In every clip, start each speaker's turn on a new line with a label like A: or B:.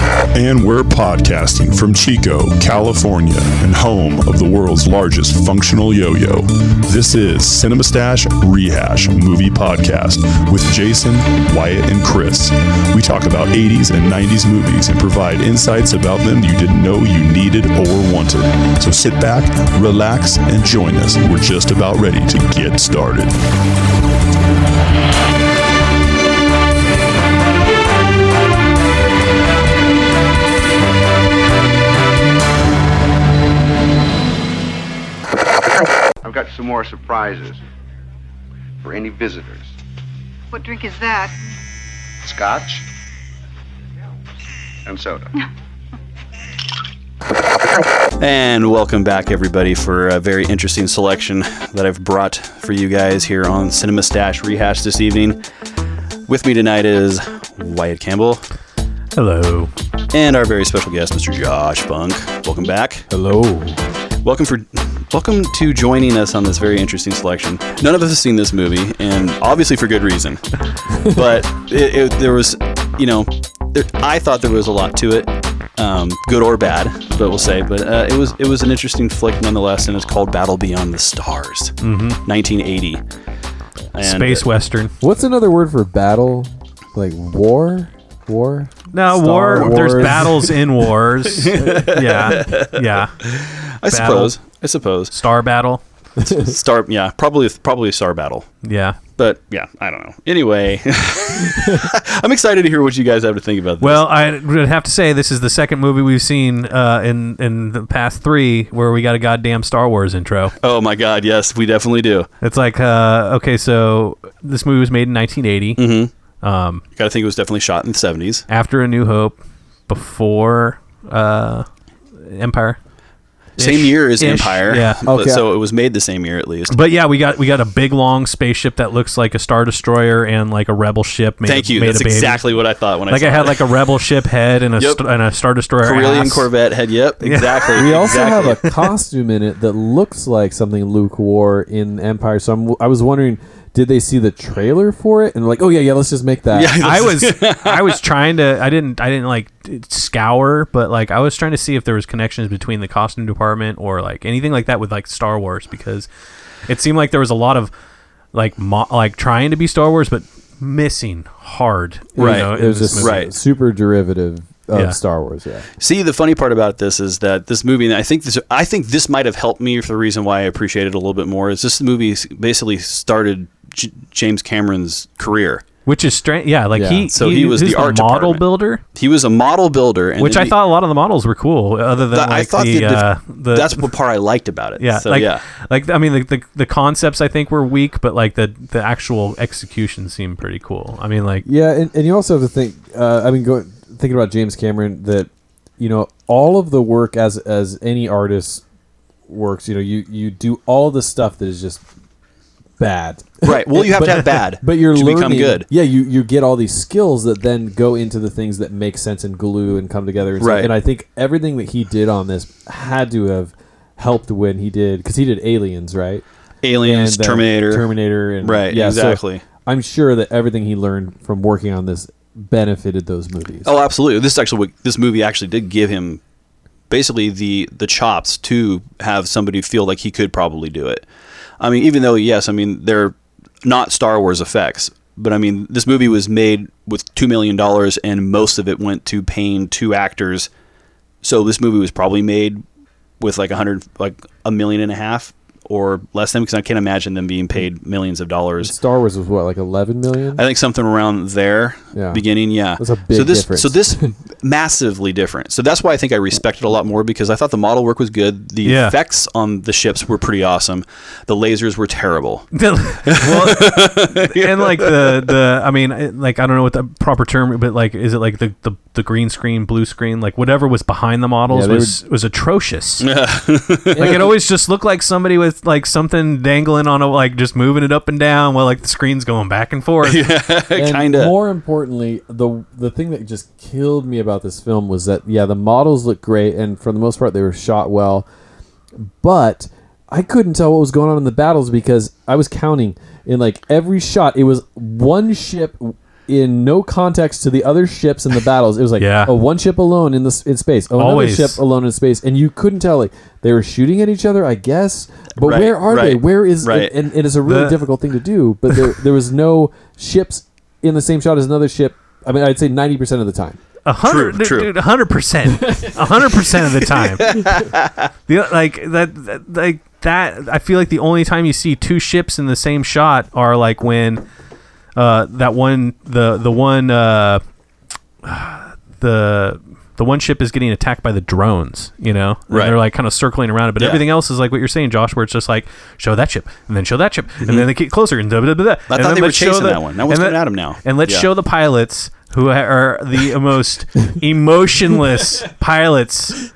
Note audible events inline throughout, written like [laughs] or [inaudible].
A: and we're podcasting from Chico, California, and home of the world's largest functional yo yo. This is Cinema Stash Rehash Movie Podcast with Jason, Wyatt, and Chris. We talk about 80s and 90s movies and provide insights about them you didn't know you needed or wanted. So sit back, relax, and join us. We're just about ready to get started.
B: I've got some more surprises for any visitors.
C: What drink is that?
B: Scotch and
D: [laughs]
B: soda.
E: And welcome back, everybody, for a very interesting selection that I've brought for you guys here on Cinema Stash Rehash this evening. With me tonight is Wyatt Campbell
F: Hello.
E: and our very special guest, Mr. Josh Funk. Welcome back.
F: Hello.
E: Welcome for welcome to joining us on this very interesting selection. None of us have seen this movie, and obviously for good reason. but it, it, there was, you know, there, I thought there was a lot to it, um, good or bad, but we'll say. But uh, it was it was an interesting flick nonetheless, and it's called Battle Beyond the Stars, mm-hmm. 1980. And,
F: Space
E: uh,
F: Western.
G: What's another word for battle? Like war? War?
F: No,
G: Star
F: war. There's
G: Wars.
F: battles
G: [laughs]
F: in wars. yeah. Yeah.
E: I suppose. I
F: [laughs]
E: suppose.
F: Star battle.
E: Star. Yeah. Probably. Probably Star Battle.
F: Yeah.
E: But yeah, I don't know. Anyway, [laughs] I'm excited to hear what you guys have to think about this.
F: Well, I would have to say this is the second movie we've seen uh, in in the past three where we got a goddamn Star Wars intro.
E: Oh my God! Yes, we definitely do.
F: It's like, uh, okay, so this movie was made in 1980,
E: Mm-hmm. Got to think it was definitely shot in the seventies.
F: after A New Hope, before uh, Empire.
E: Same year as
F: Ish.
E: Empire. [laughs]
F: Yeah.
E: but-
G: Okay.
E: So it was made the same year at least.
F: But yeah, we got we got a big long spaceship that looks like a star destroyer and like a rebel ship. Made
E: Thank
F: of-
E: you.
F: Made
E: That's
F: of babies.
E: exactly what I thought when I
F: Like
E: saw
F: I had
E: it.
F: like a rebel ship head and a
E: Yep.
F: st- and a star destroyer.
E: Corellian
F: ass.
E: Corvette head. Yep. Exactly.
G: We also
E: exactly.
G: have a costume in it that looks like something Luke wore in Empire. So I'm, I was wondering, did they see the trailer for it and like, oh yeah, yeah, let's just make that.
E: Yeah.
F: [laughs]
E: [laughs]
F: I was I was trying to I didn't I didn't like scour, but like I was trying to see if there was connections between the costume department or like anything like that with like Star Wars because it seemed like there was a lot of like mo- like trying to be Star Wars but missing hard. you
E: Right.
F: know, in
G: It was
F: this
G: just
F: movie.
E: Right.
G: super derivative of
F: Yeah.
G: Star Wars. Yeah.
E: See, the funny part about this is that this movie, and I think this, I think this might have helped me for the reason why I appreciate it a little bit more. Is this movie s- basically started J- James Cameron's career?
F: Which is strange. Yeah, like
G: Yeah.
F: he
E: So he was
F: he's
E: the art
F: model
E: department.
F: builder,
E: He was a model builder, and
F: which
E: then
F: I
E: he-
F: thought a lot of the models were cool other than
E: that-
F: like
E: I thought
F: the,
E: the dif-
F: uh, the
E: that's what part I liked about it.
F: [laughs] Yeah,
E: So
F: like,
E: yeah.
F: like I mean, the, the the concepts I think were weak, but like the the actual execution seemed pretty cool. I mean, like [laughs]
G: Yeah, and, and you also have to think. Uh, I mean, go, thinking about James Cameron, that you know all of the work as as any artist works. You know, you you do all the stuff that is just bad.
E: Right. Well, you have to
G: But-
E: have bad,
G: [laughs] But you're
E: to
G: learning.
E: become good.
G: Yeah, you you get all these skills that then go into the things that make sense and glue and come together. And stuff.
E: Right.
G: And I think everything that he did on this had to have helped when he did because he did Aliens, right?
E: Aliens,
G: and, uh,
E: Terminator,
G: Terminator, and
E: Right,
G: yeah, so
E: exactly.
G: I'm sure that everything he learned from working on this benefited those movies.
E: Oh, absolutely. This is actually what this movie actually did give him basically the the chops to have somebody feel like he could probably do it. I mean, even though yes, I mean they're not Star Wars effects, but I mean this movie was made with two million dollars, and most of it went to paying two actors. So this movie was probably made with like a hundred, like a million and a half or less than, because I can't imagine them being paid millions of dollars.
G: Star Wars was what like 11 million.
E: I think something around there,
G: Yeah.
E: beginning, yeah.
G: That's a big
E: so this,
G: difference.
E: So
G: [laughs]
E: this massively different. So that's why I think I respect it a lot more because I thought the model work was good. The
F: Yeah.
E: effects on the ships were pretty awesome. The lasers were terrible. [laughs]
F: well, and like the the I mean, it- like I don't know what the proper term, but like is it like the the, the green screen, blue screen, like whatever was behind the models
G: Yeah, they
F: was
E: [laughs]
F: was atrocious. like it always just looked like somebody with like something dangling on a like just moving it up and down while like the screen's going back and forth.
E: [laughs]
G: And
E: kinda.
G: More importantly, the the thing that just killed me about this film was that yeah, the models look great, and for the most part, they were shot well. But I couldn't tell what was going on in the battles because I was counting in like every shot. It was one ship in no context to the other ships in the battles. It was like
F: Yeah.
G: oh, one ship alone in this in space, oh,
F: Always.
G: another ship alone in space, and you couldn't tell like they were shooting at each other, I guess. But
E: Right,
G: where are they?
E: right,
G: Where is
E: right.
G: and, and it is a really
F: The-
G: difficult thing to do. But there, there was no ships in the same shot as another ship. I mean, I'd say ninety percent of the time.
F: A hundred,
E: True,
F: dude,
E: true.
F: dude, a hundred percent, a hundred percent of the time. the, like that, that, like that. I feel like the only time you see two ships in the same shot are like when uh, that one, the the one, uh, the the one ship is getting attacked by the drones. You know, and
E: Right.
F: They're like kind of circling around it, but
E: Yeah.
F: everything else is like what you're saying, Josh, where it's just like show that ship and then show that ship and
E: Mm-hmm.
F: then they get closer and blah, blah, blah, blah.
E: I
F: And
E: thought
F: then
E: they were
F: let's show
E: chasing
F: the-
E: that one. No one's
F: and
E: coming
F: let-
E: at 'em now.
F: And let's
E: Yeah.
F: show the pilots who are
E: [laughs]
F: the most emotionless pilots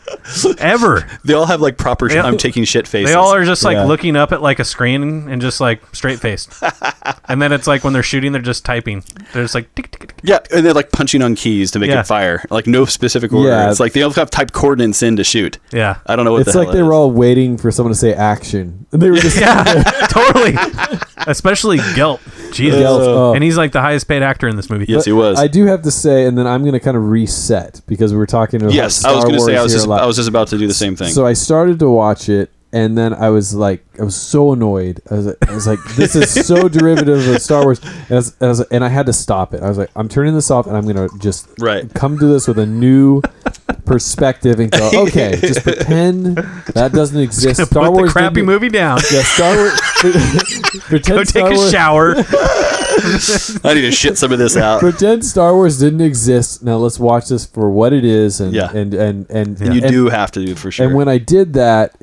F: ever.
E: They all have like proper.
F: Yeah.
E: I'm taking shit faces.
F: They all are just like
G: Yeah.
F: looking up at like a screen and just like straight faced.
E: [laughs]
F: and then it's like when they're shooting, they're just typing. They're just like tick, tick, tick.
E: Yeah, and they're like punching on keys to make
F: Yeah.
E: it fire. Like no specific order.
G: Yeah.
E: It's like they all have typed coordinates in to shoot.
F: yeah,
E: I don't know what
G: it's
E: the
G: like
E: hell
G: they
E: it
G: were
E: is.
G: all waiting for someone to say action, and they were
E: [laughs]
G: just
F: yeah, [laughs] totally. Especially Gelt, Jesus,
G: Gelt, oh.
F: and he's like the highest paid actor in this movie.
E: Yes, he was.
G: I do have to say, and then I'm going to kind of reset because we were talking about
E: yes, I
G: Star
E: was going to say I
G: Wars
E: was
G: here
E: just
G: a lot.
E: I was just about to do the same thing.
G: So I started to watch it, and then I was like, I was so annoyed. I was, I was like, this
F: [laughs]
G: is so derivative of Star Wars, and I, was, I was- and I had to stop it. I was like, I'm turning this off, and I'm going to just
E: Right.
G: come to this with a new perspective
F: [laughs]
G: and go, okay, just pretend that doesn't
F: [laughs]
G: exist.
F: Put
G: Star Wars
F: the crappy
G: didn't-
F: movie
G: [laughs]
F: down.
G: Yeah,
F: [laughs]
G: Star Wars. pretend
F: Go take
G: Star
F: a
G: Wars,
F: shower.
E: I need to shit some of this
G: [laughs]
E: out.
G: pretend Star Wars didn't exist. Now let's watch this for what it is, and
E: Yeah.
G: and and and,
E: You
G: and-
E: do have to do for sure.
G: And when I did that,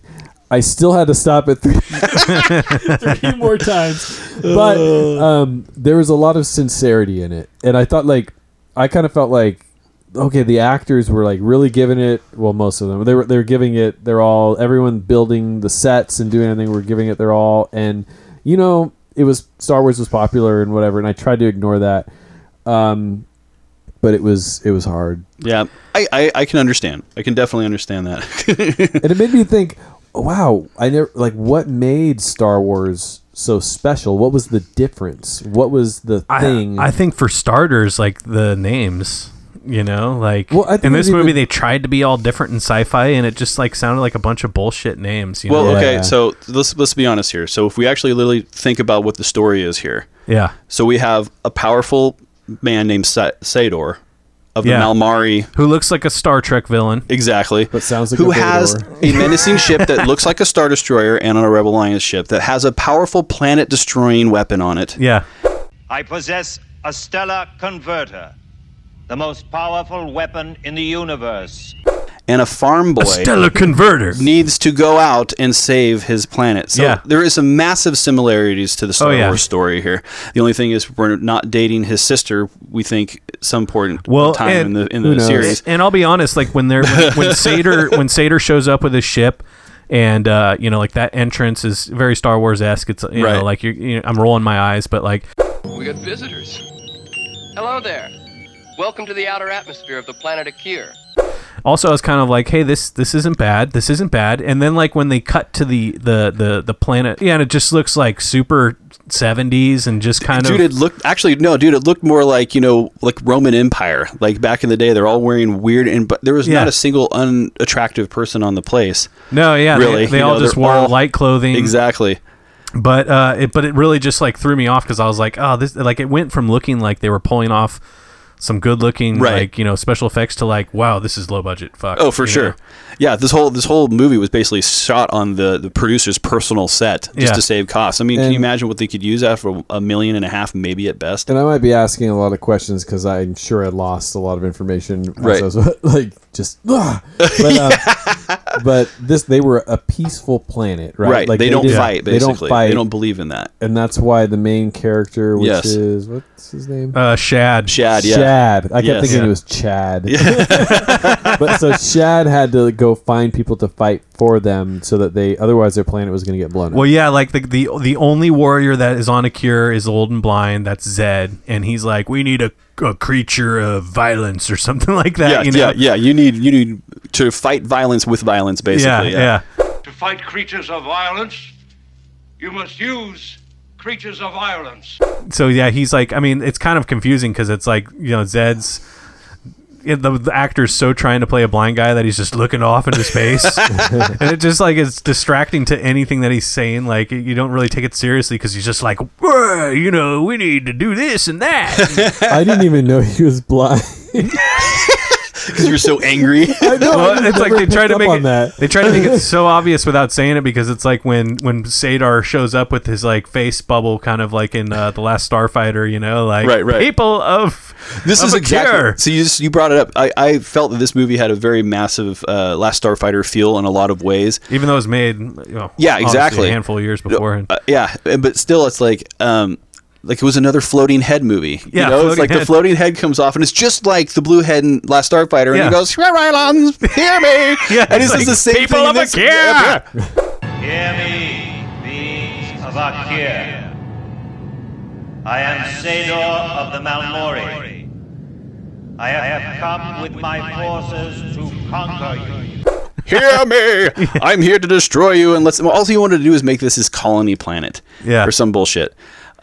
G: I still had to stop it three, [laughs] three more times. But um, there was a lot of sincerity in it, and I thought like I kind of felt like okay, the actors were like really giving it. Well, most of them they were they were giving it. They're all everyone building the sets and doing anything. We're giving it. They're all and you know it was Star Wars was popular and whatever, and I tried to ignore that. Um, but it was it was hard.
E: yeah, I, I I can understand. I can definitely understand that. [laughs]
G: and it made me think wow i never like what made star wars so special what was the difference what was the thing
F: I, I think for starters, like the names, you know, like
G: Well, I think
F: in
G: it
F: this
G: even-
F: movie they tried to be all different in sci-fi, and it just like sounded like a bunch of bullshit names. You
E: well,
F: know?
G: Yeah.
E: okay. So let's let's be honest here. So if we actually literally think about what the story is here,
F: yeah,
E: so we have a powerful man named Sa- Sador of the
F: Yeah.
E: Malmari
F: who looks like a Star Trek villain?
E: Exactly.
G: But sounds like
E: who
G: a
E: has a
G: [laughs]
E: menacing ship that looks like a star destroyer and on a Rebel Alliance ship that has a powerful planet destroying weapon on it.
F: Yeah,
H: I possess a stellar converter, the most powerful weapon in the universe.
E: And a farm boy
F: stellar converter.
E: needs to go out and save his planet. So
F: Yeah.
E: there is some massive similarities to the Star
F: Oh, yeah.
E: Wars story here. The only thing is we're not dating his sister, we think at some point
F: Well,
E: time
F: and-
E: in the in
G: Who
E: the
G: knows?
E: series.
F: And I'll be honest, like when they're when, when
E: [laughs]
F: Sater when Sater shows up with his ship. And uh, you know, like that entrance is very Star Wars esque. It's you
E: Right.
F: know, like you're, you know, I'm rolling my eyes, but like
I: We got visitors. Hello there. Welcome to the outer atmosphere of the planet Akir.
F: also I was kind of like, hey, this this isn't bad. This isn't bad. And then like when they cut to the the the, the planet, yeah, and it just looks like super seventies and just kind
E: Dude,
F: of.
E: it looked actually no, dude. It looked more like you know, like Roman Empire. Like back in the day, they're all wearing weird, and but there was
F: Yeah.
E: not a single unattractive person on the place.
F: No, yeah, they-
E: really,
F: they,
E: you
F: all
E: know,
F: just
E: they're
F: wore
E: all-
F: light clothing.
E: Exactly.
F: But uh, it, but it really just like threw me off because I was like, oh, this like it went from looking like they were pulling off some good looking
E: Right.
F: like you know special effects to like wow this is low budget fuck
E: Oh, for
F: you
E: sure.
F: know?
E: Yeah, this whole this whole movie was basically shot on the the producer's personal set just
F: Yeah.
E: to save costs. I mean, can
G: And-
E: you imagine what they could use that for a million and a half, maybe at best?
G: and i might be asking a lot of questions because i'm sure i lost a lot of information as
E: Right.
G: I was, [laughs] like just ah. but,
E: [laughs]
G: um, but this they were a peaceful planet right,
E: Right.
G: Like,
E: they, don't
G: didn't-
E: fight. Basically,
G: they don't fight
E: believe in that.
G: and that's why the main character which
E: Yes.
G: is what's his name
F: Uh, Shad.
E: Shad. Yeah.
G: Chad. I kept
E: Yes.
G: thinking
E: Yeah.
G: it was Chad. [laughs] but so Chad had to go find people to fight for them so that they otherwise their planet was going to get blown
F: Well,
G: up.
F: yeah, like the, the the only warrior that is on a cure is old and blind. That's Zed, and he's like, we need a, a creature of violence or [laughs] something like that.
E: Yeah,
F: you know?
E: yeah, yeah. You need you need to fight violence with violence, [laughs]
F: yeah,
E: basically.
F: yeah.
H: To fight creatures of violence, you must use
D: creatures of violence.
F: so yeah, he's like, I mean, it's kind of confusing because it's like you know Zed's. it- the, the actor's so trying to play a blind guy that he's just looking off into
G: [laughs]
F: space, and it just like it's distracting to anything that he's saying. Like you don't really take it seriously because he's just like, "Whoa, you know, we need to do this and that.
G: [laughs] I didn't even know he was blind.
E: because you're so
F: [laughs]
E: angry. [laughs]
G: I know. I
F: well,
G: just
F: it's like
G: never
F: they try
G: picked
F: to
G: up
F: make
G: on
F: it,
G: that.
F: they try to make it so obvious without saying it because it's like when when Sadar shows up with his like face bubble, kind of like in uh, the last Starfighter, you know, like
E: Right, right.
F: people of
E: this
F: of
E: is
F: a
E: exactly.
F: cure.
E: So you just, you brought it up. I, I felt that this movie had a very massive uh, Last Starfighter feel in a lot of ways.
F: even though it was made, you know,
E: Yeah,
F: obviously
E: exactly.
F: a handful of years beforehand.
E: Uh, yeah, and- but still, it's like um, like it was another floating head movie.
F: Yeah,
E: you know, it's
F: floating
E: like the
F: head.
E: floating head comes off, and it's just like the blue head in Last Starfighter,
F: Yeah.
E: and he goes, "Rylons, hear me!"
F: [laughs] Yeah,
E: and it's just
F: it's like,
E: the same
F: "People
E: thing. in
F: of
E: this-
F: Akira!"
E: Yeah, yeah.
H: Hear me, beings of Akir. I am Sador of the Malmori. I have come with my forces to conquer you.
E: Hear
F: [laughs]
E: me! I'm here to destroy you, and let's. Well, all he wanted to do is make this his colony planet,
F: Yeah.
E: or some bullshit.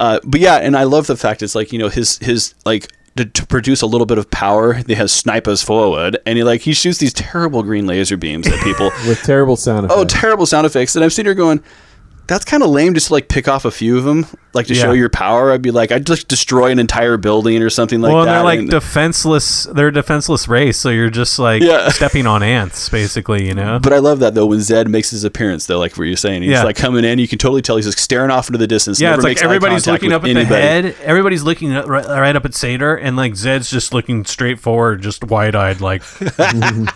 E: Uh, but yeah, and I love the fact it's like you know his his like to, to produce a little bit of power, he has snipers forward, and he like he shoots these terrible green laser beams at
F: [laughs]
E: people.
G: With terrible sound effects.
E: oh, terrible sound effects. And I'm sitting here going, that's kind of lame just to like pick off a few of them, like to show
F: Yeah.
E: your power. I'd be like, I'd just destroy an entire building or something like
F: well, and
E: that.
F: they're like
E: and-
F: defenseless. They're a defenseless race, so you're just like
E: Yeah.
F: stepping on ants, basically. You know.
E: but I love that though when Zed makes his appearance though, like what you're saying, he's
F: Yeah.
E: like coming in. You can totally tell he's like staring off into the distance.
F: yeah,
E: never
F: it's like
E: makes eye
F: everybody's
E: contact
F: looking
E: with
F: up at the
E: anybody.
F: head. Everybody's looking at, right, right up at Seder, and like Zed's just looking straight forward, just wide
E: [laughs]
F: eyed, like. and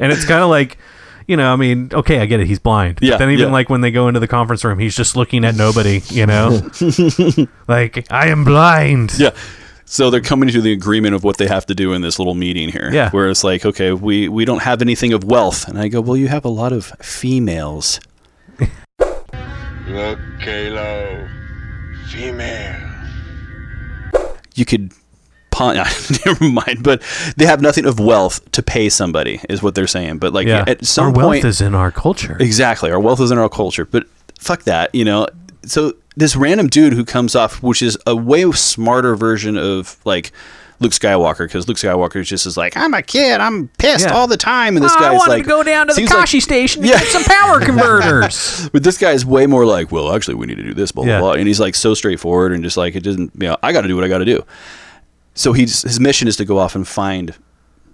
F: it's kind of like, you know, I mean, okay, I get it. He's blind.
E: Yeah,
F: But then even
E: yeah.
F: like when they go into the conference room, he's just looking at nobody.
E: [laughs]
F: You know, like I am blind.
E: Yeah. So they're coming to the agreement of what they have to do in this little meeting here.
F: Yeah.
E: Where it's like, okay, we, we don't have anything of wealth. And I go, well, you have a lot of females.
B: Look, Kalo. Female.
E: you could [laughs] pawn never mind but they have nothing of wealth to pay somebody is what they're saying but like
F: Yeah.
E: at some
F: our
E: point
F: wealth is in our culture.
E: exactly our wealth is in our culture but fuck that you know so this random dude who comes off which is a way smarter version of like Luke Skywalker because Luke Skywalker just is like I'm a kid I'm pissed
F: Yeah. Oh,
E: all the time
F: Ah,
E: and this guy's like seems like-
F: station
E: to Yeah. get
F: some
E: [laughs]
F: power converters.
E: but this guy's way more like, well, actually, we need to do this, blah blah
F: Yeah.
E: blah, and he's like so straightforward and just like it doesn't, you know, I got to do what I got to do. So he's his mission is to go off and find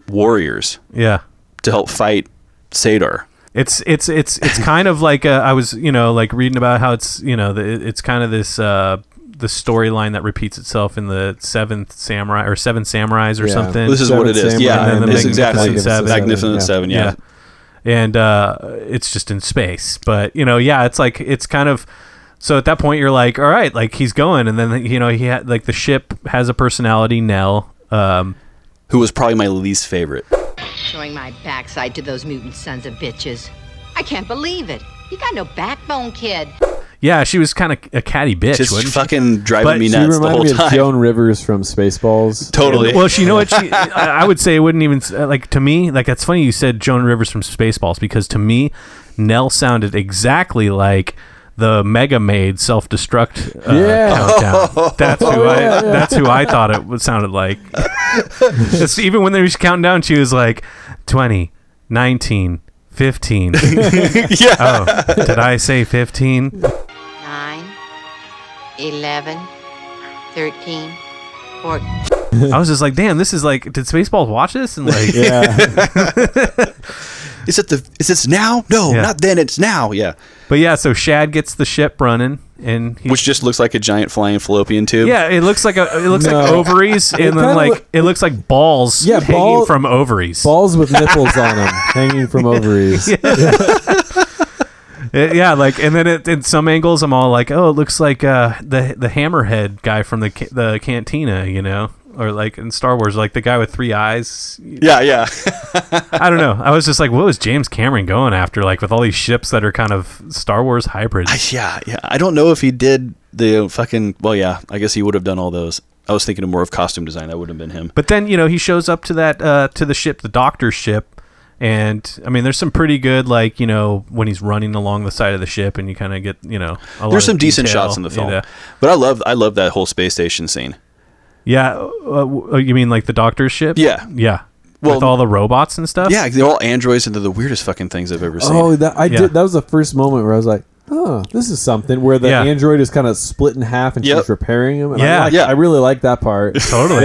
E: warriors
F: yeah.
E: to help fight Sadar.
F: It's it's it's it's kind of like uh, I was you know like reading about how it's you know the, it- it's kind of this uh, the storyline that repeats itself in the seventh samurai or seven samurais or
G: Yeah.
F: something.
E: This is what it is.
G: Samurai
E: Yeah,
F: and then the
E: it's exactly
F: Magnificent Seven.
E: Magnificent Seven. Yeah.
F: and uh, it's just in space. But you know, yeah, it's like it's kind of. So at that point, you're like, all right, like he's going, and then you know he had like the ship has a personality. Nell, um,
E: who was probably my least favorite.
J: Showing my backside to those mutant sons of bitches. I can't believe it. You got no backbone, kid.
F: yeah, she was kind of a catty bitch.
E: Just
F: wasn't she?
E: fucking driving
F: But
E: me
F: she
G: She
E: nuts the
G: reminded
E: whole
G: me of
E: time. [laughs]
G: Joan Rivers from Spaceballs.
E: Totally.
F: Well, she, you know what?
E: [laughs]
F: She, I I would say it wouldn't even s- uh, like to me. Like that's funny you said Joan Rivers from Spaceballs because to me, Nell sounded exactly like the Mega Maid self destruct uh,
E: [laughs]
G: Yeah.
F: countdown. That's who I. That's who I thought it was- sounded like. It's- even when they were counting down, she was like 20, 19,
E: [laughs]
F: 15. yeah. Oh, did I say 15?
J: Nine, eleven, thirteen, fourteen.
F: I was just like, damn, this is like, did Spaceballs watch this? And like,
G: Yeah.
E: is it the? Is this now? No,
F: Yeah.
E: not then. It's now. Yeah.
F: but yeah, so Shad gets the ship running and he's
E: Which just looks like a giant flying fallopian tube.
F: Yeah, it looks like a, it looks like
G: No.
F: ovaries, and
G: kinda
F: then like
G: loo-
F: it looks like balls
G: Yeah,
F: hanging
G: ball-
F: from ovaries.
G: Balls with nipples on them, hanging from ovaries.
F: It- Uh, yeah, like and then it, in some angles, I'm all like, oh, it looks like uh, the the hammerhead guy from the ca- the cantina, you know, or like in Star Wars, like the guy with three eyes.
E: Yeah. Yeah. [laughs]
F: I don't know. I was just like, what was James Cameron going after, like with all these ships that are kind of Star Wars hybrids?
E: Yeah, yeah. I don't know if he did the fucking. Well, yeah. I guess he would have done all those. I was thinking of more of costume design. That would have been him.
F: But then you know he shows up to that uh, to the ship, the doctor's ship, And I mean, there's some pretty good, like you know, when he's running along the side of the ship, and you kind of get, you know, a lot
E: There's some
F: of
E: decent
F: detail.
E: shots in the film,
F: Yeah,
E: but I love I love that whole space station scene.
F: yeah. uh, w- uh, you mean like the doctor's ship?
E: Yeah.
F: yeah.
E: Well-
F: With all the robots and stuff.
E: Yeah, they're all androids and they're the weirdest fucking things I've ever seen.
G: Oh, that I
F: Yeah.
G: did. That was the first moment where I was like, "Oh, this is something." Where the
F: Yeah.
G: android is kind of split in half and
E: Yep.
G: she's repairing him. And
F: Yeah.
G: I like,
E: Yeah.
G: I really like that part.
F: totally.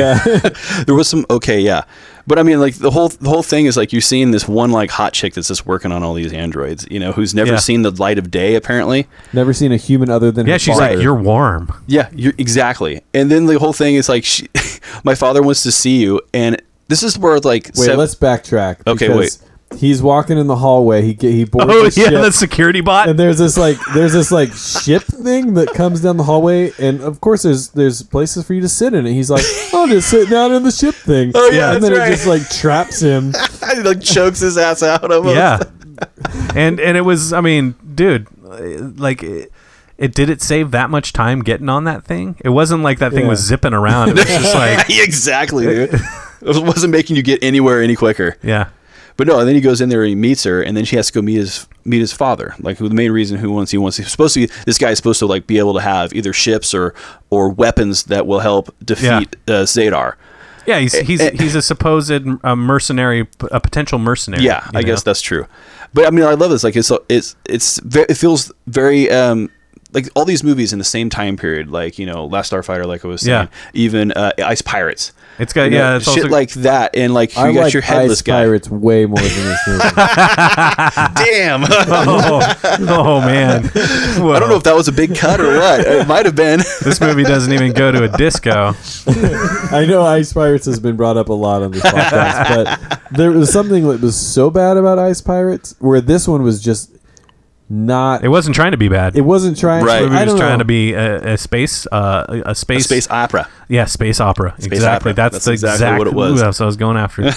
E: there was some okay, yeah, but I mean, like the whole the whole thing is like you've seen this one like hot chick that's just working on all these androids, you know, who's never
F: Yeah.
E: seen the light of day apparently.
G: Never seen a human other than
F: Yeah,
G: her
F: she's
G: father.
F: like, "You're warm."
E: Yeah, you're, exactly. And then the whole thing is like, she, [laughs] my father wants to see you, and this is where like
G: Wait,
E: sev-
G: let's backtrack.
E: Okay,
G: because He's walking in the hallway. He get, he boards.
F: [laughs] Oh
G: the
F: yeah,
G: ship.
F: that security bot.
G: and there's this like there's this like ship thing that comes down the hallway and of course there's there's places for you to sit in it he's like i'll just sit down in the ship thing
E: Oh, yeah,
G: and
E: that's
G: then
E: right.
G: it just like traps
E: [laughs]
G: him
E: [laughs] he, like chokes his ass out of him.
F: Yeah. and and it was, I mean, dude, like. It, it did it save that much time getting on that thing? It wasn't like that thing
G: Yeah.
F: was zipping around. It was
G: [laughs]
F: just
E: [laughs]
F: like,
E: exactly, dude. It wasn't making you get anywhere any quicker.
F: yeah,
E: But no, and then he goes in there and he meets her, and then she has to go meet his meet his father. Like who the main reason who wants he wants he's supposed to be this guy is supposed to like be able to have either ships or or weapons that will help defeat uh, Zadar.
F: yeah. He's
E: Eh,
F: he's he's a supposed uh, mercenary, a potential mercenary.
E: Yeah,
F: you
E: I
F: know?
E: guess that's true. But I mean, I love this. Like it's it's it's ve- it feels very um like all these movies in the same time period. Like you know, Last Starfighter, like I was saying,
F: Yeah.
E: even uh, Ice Pirates.
F: It's got
E: You know,
F: yeah. It's
E: shit
F: also,
E: like that, and like you
G: i
E: got
G: like
E: your headless
G: Ice
E: guy.
G: pirates way more than this
E: [laughs]
G: movie
E: Damn, [laughs]
F: oh, oh man.
E: I don't know if that was a big cut or what. It might have
F: [laughs]
E: been.
F: this movie doesn't even go to a disco.
G: i know ice pirates has been brought up a lot on
E: [laughs]
G: this podcast but there was something that was so bad about ice pirates where this one was just not
F: It
G: it,
F: wasn't trying to be bad.
G: wasn't trying
E: Right.
F: The movie
G: I
F: was
G: don't
F: trying
G: know.
F: to be a, a space, uh, a- a space,
E: space opera.
F: yeah, space opera. exactly.
E: opera.
F: That's,
E: That's
F: the
E: exactly
F: exact
E: what it was.
F: Ooh, that's what I was going after.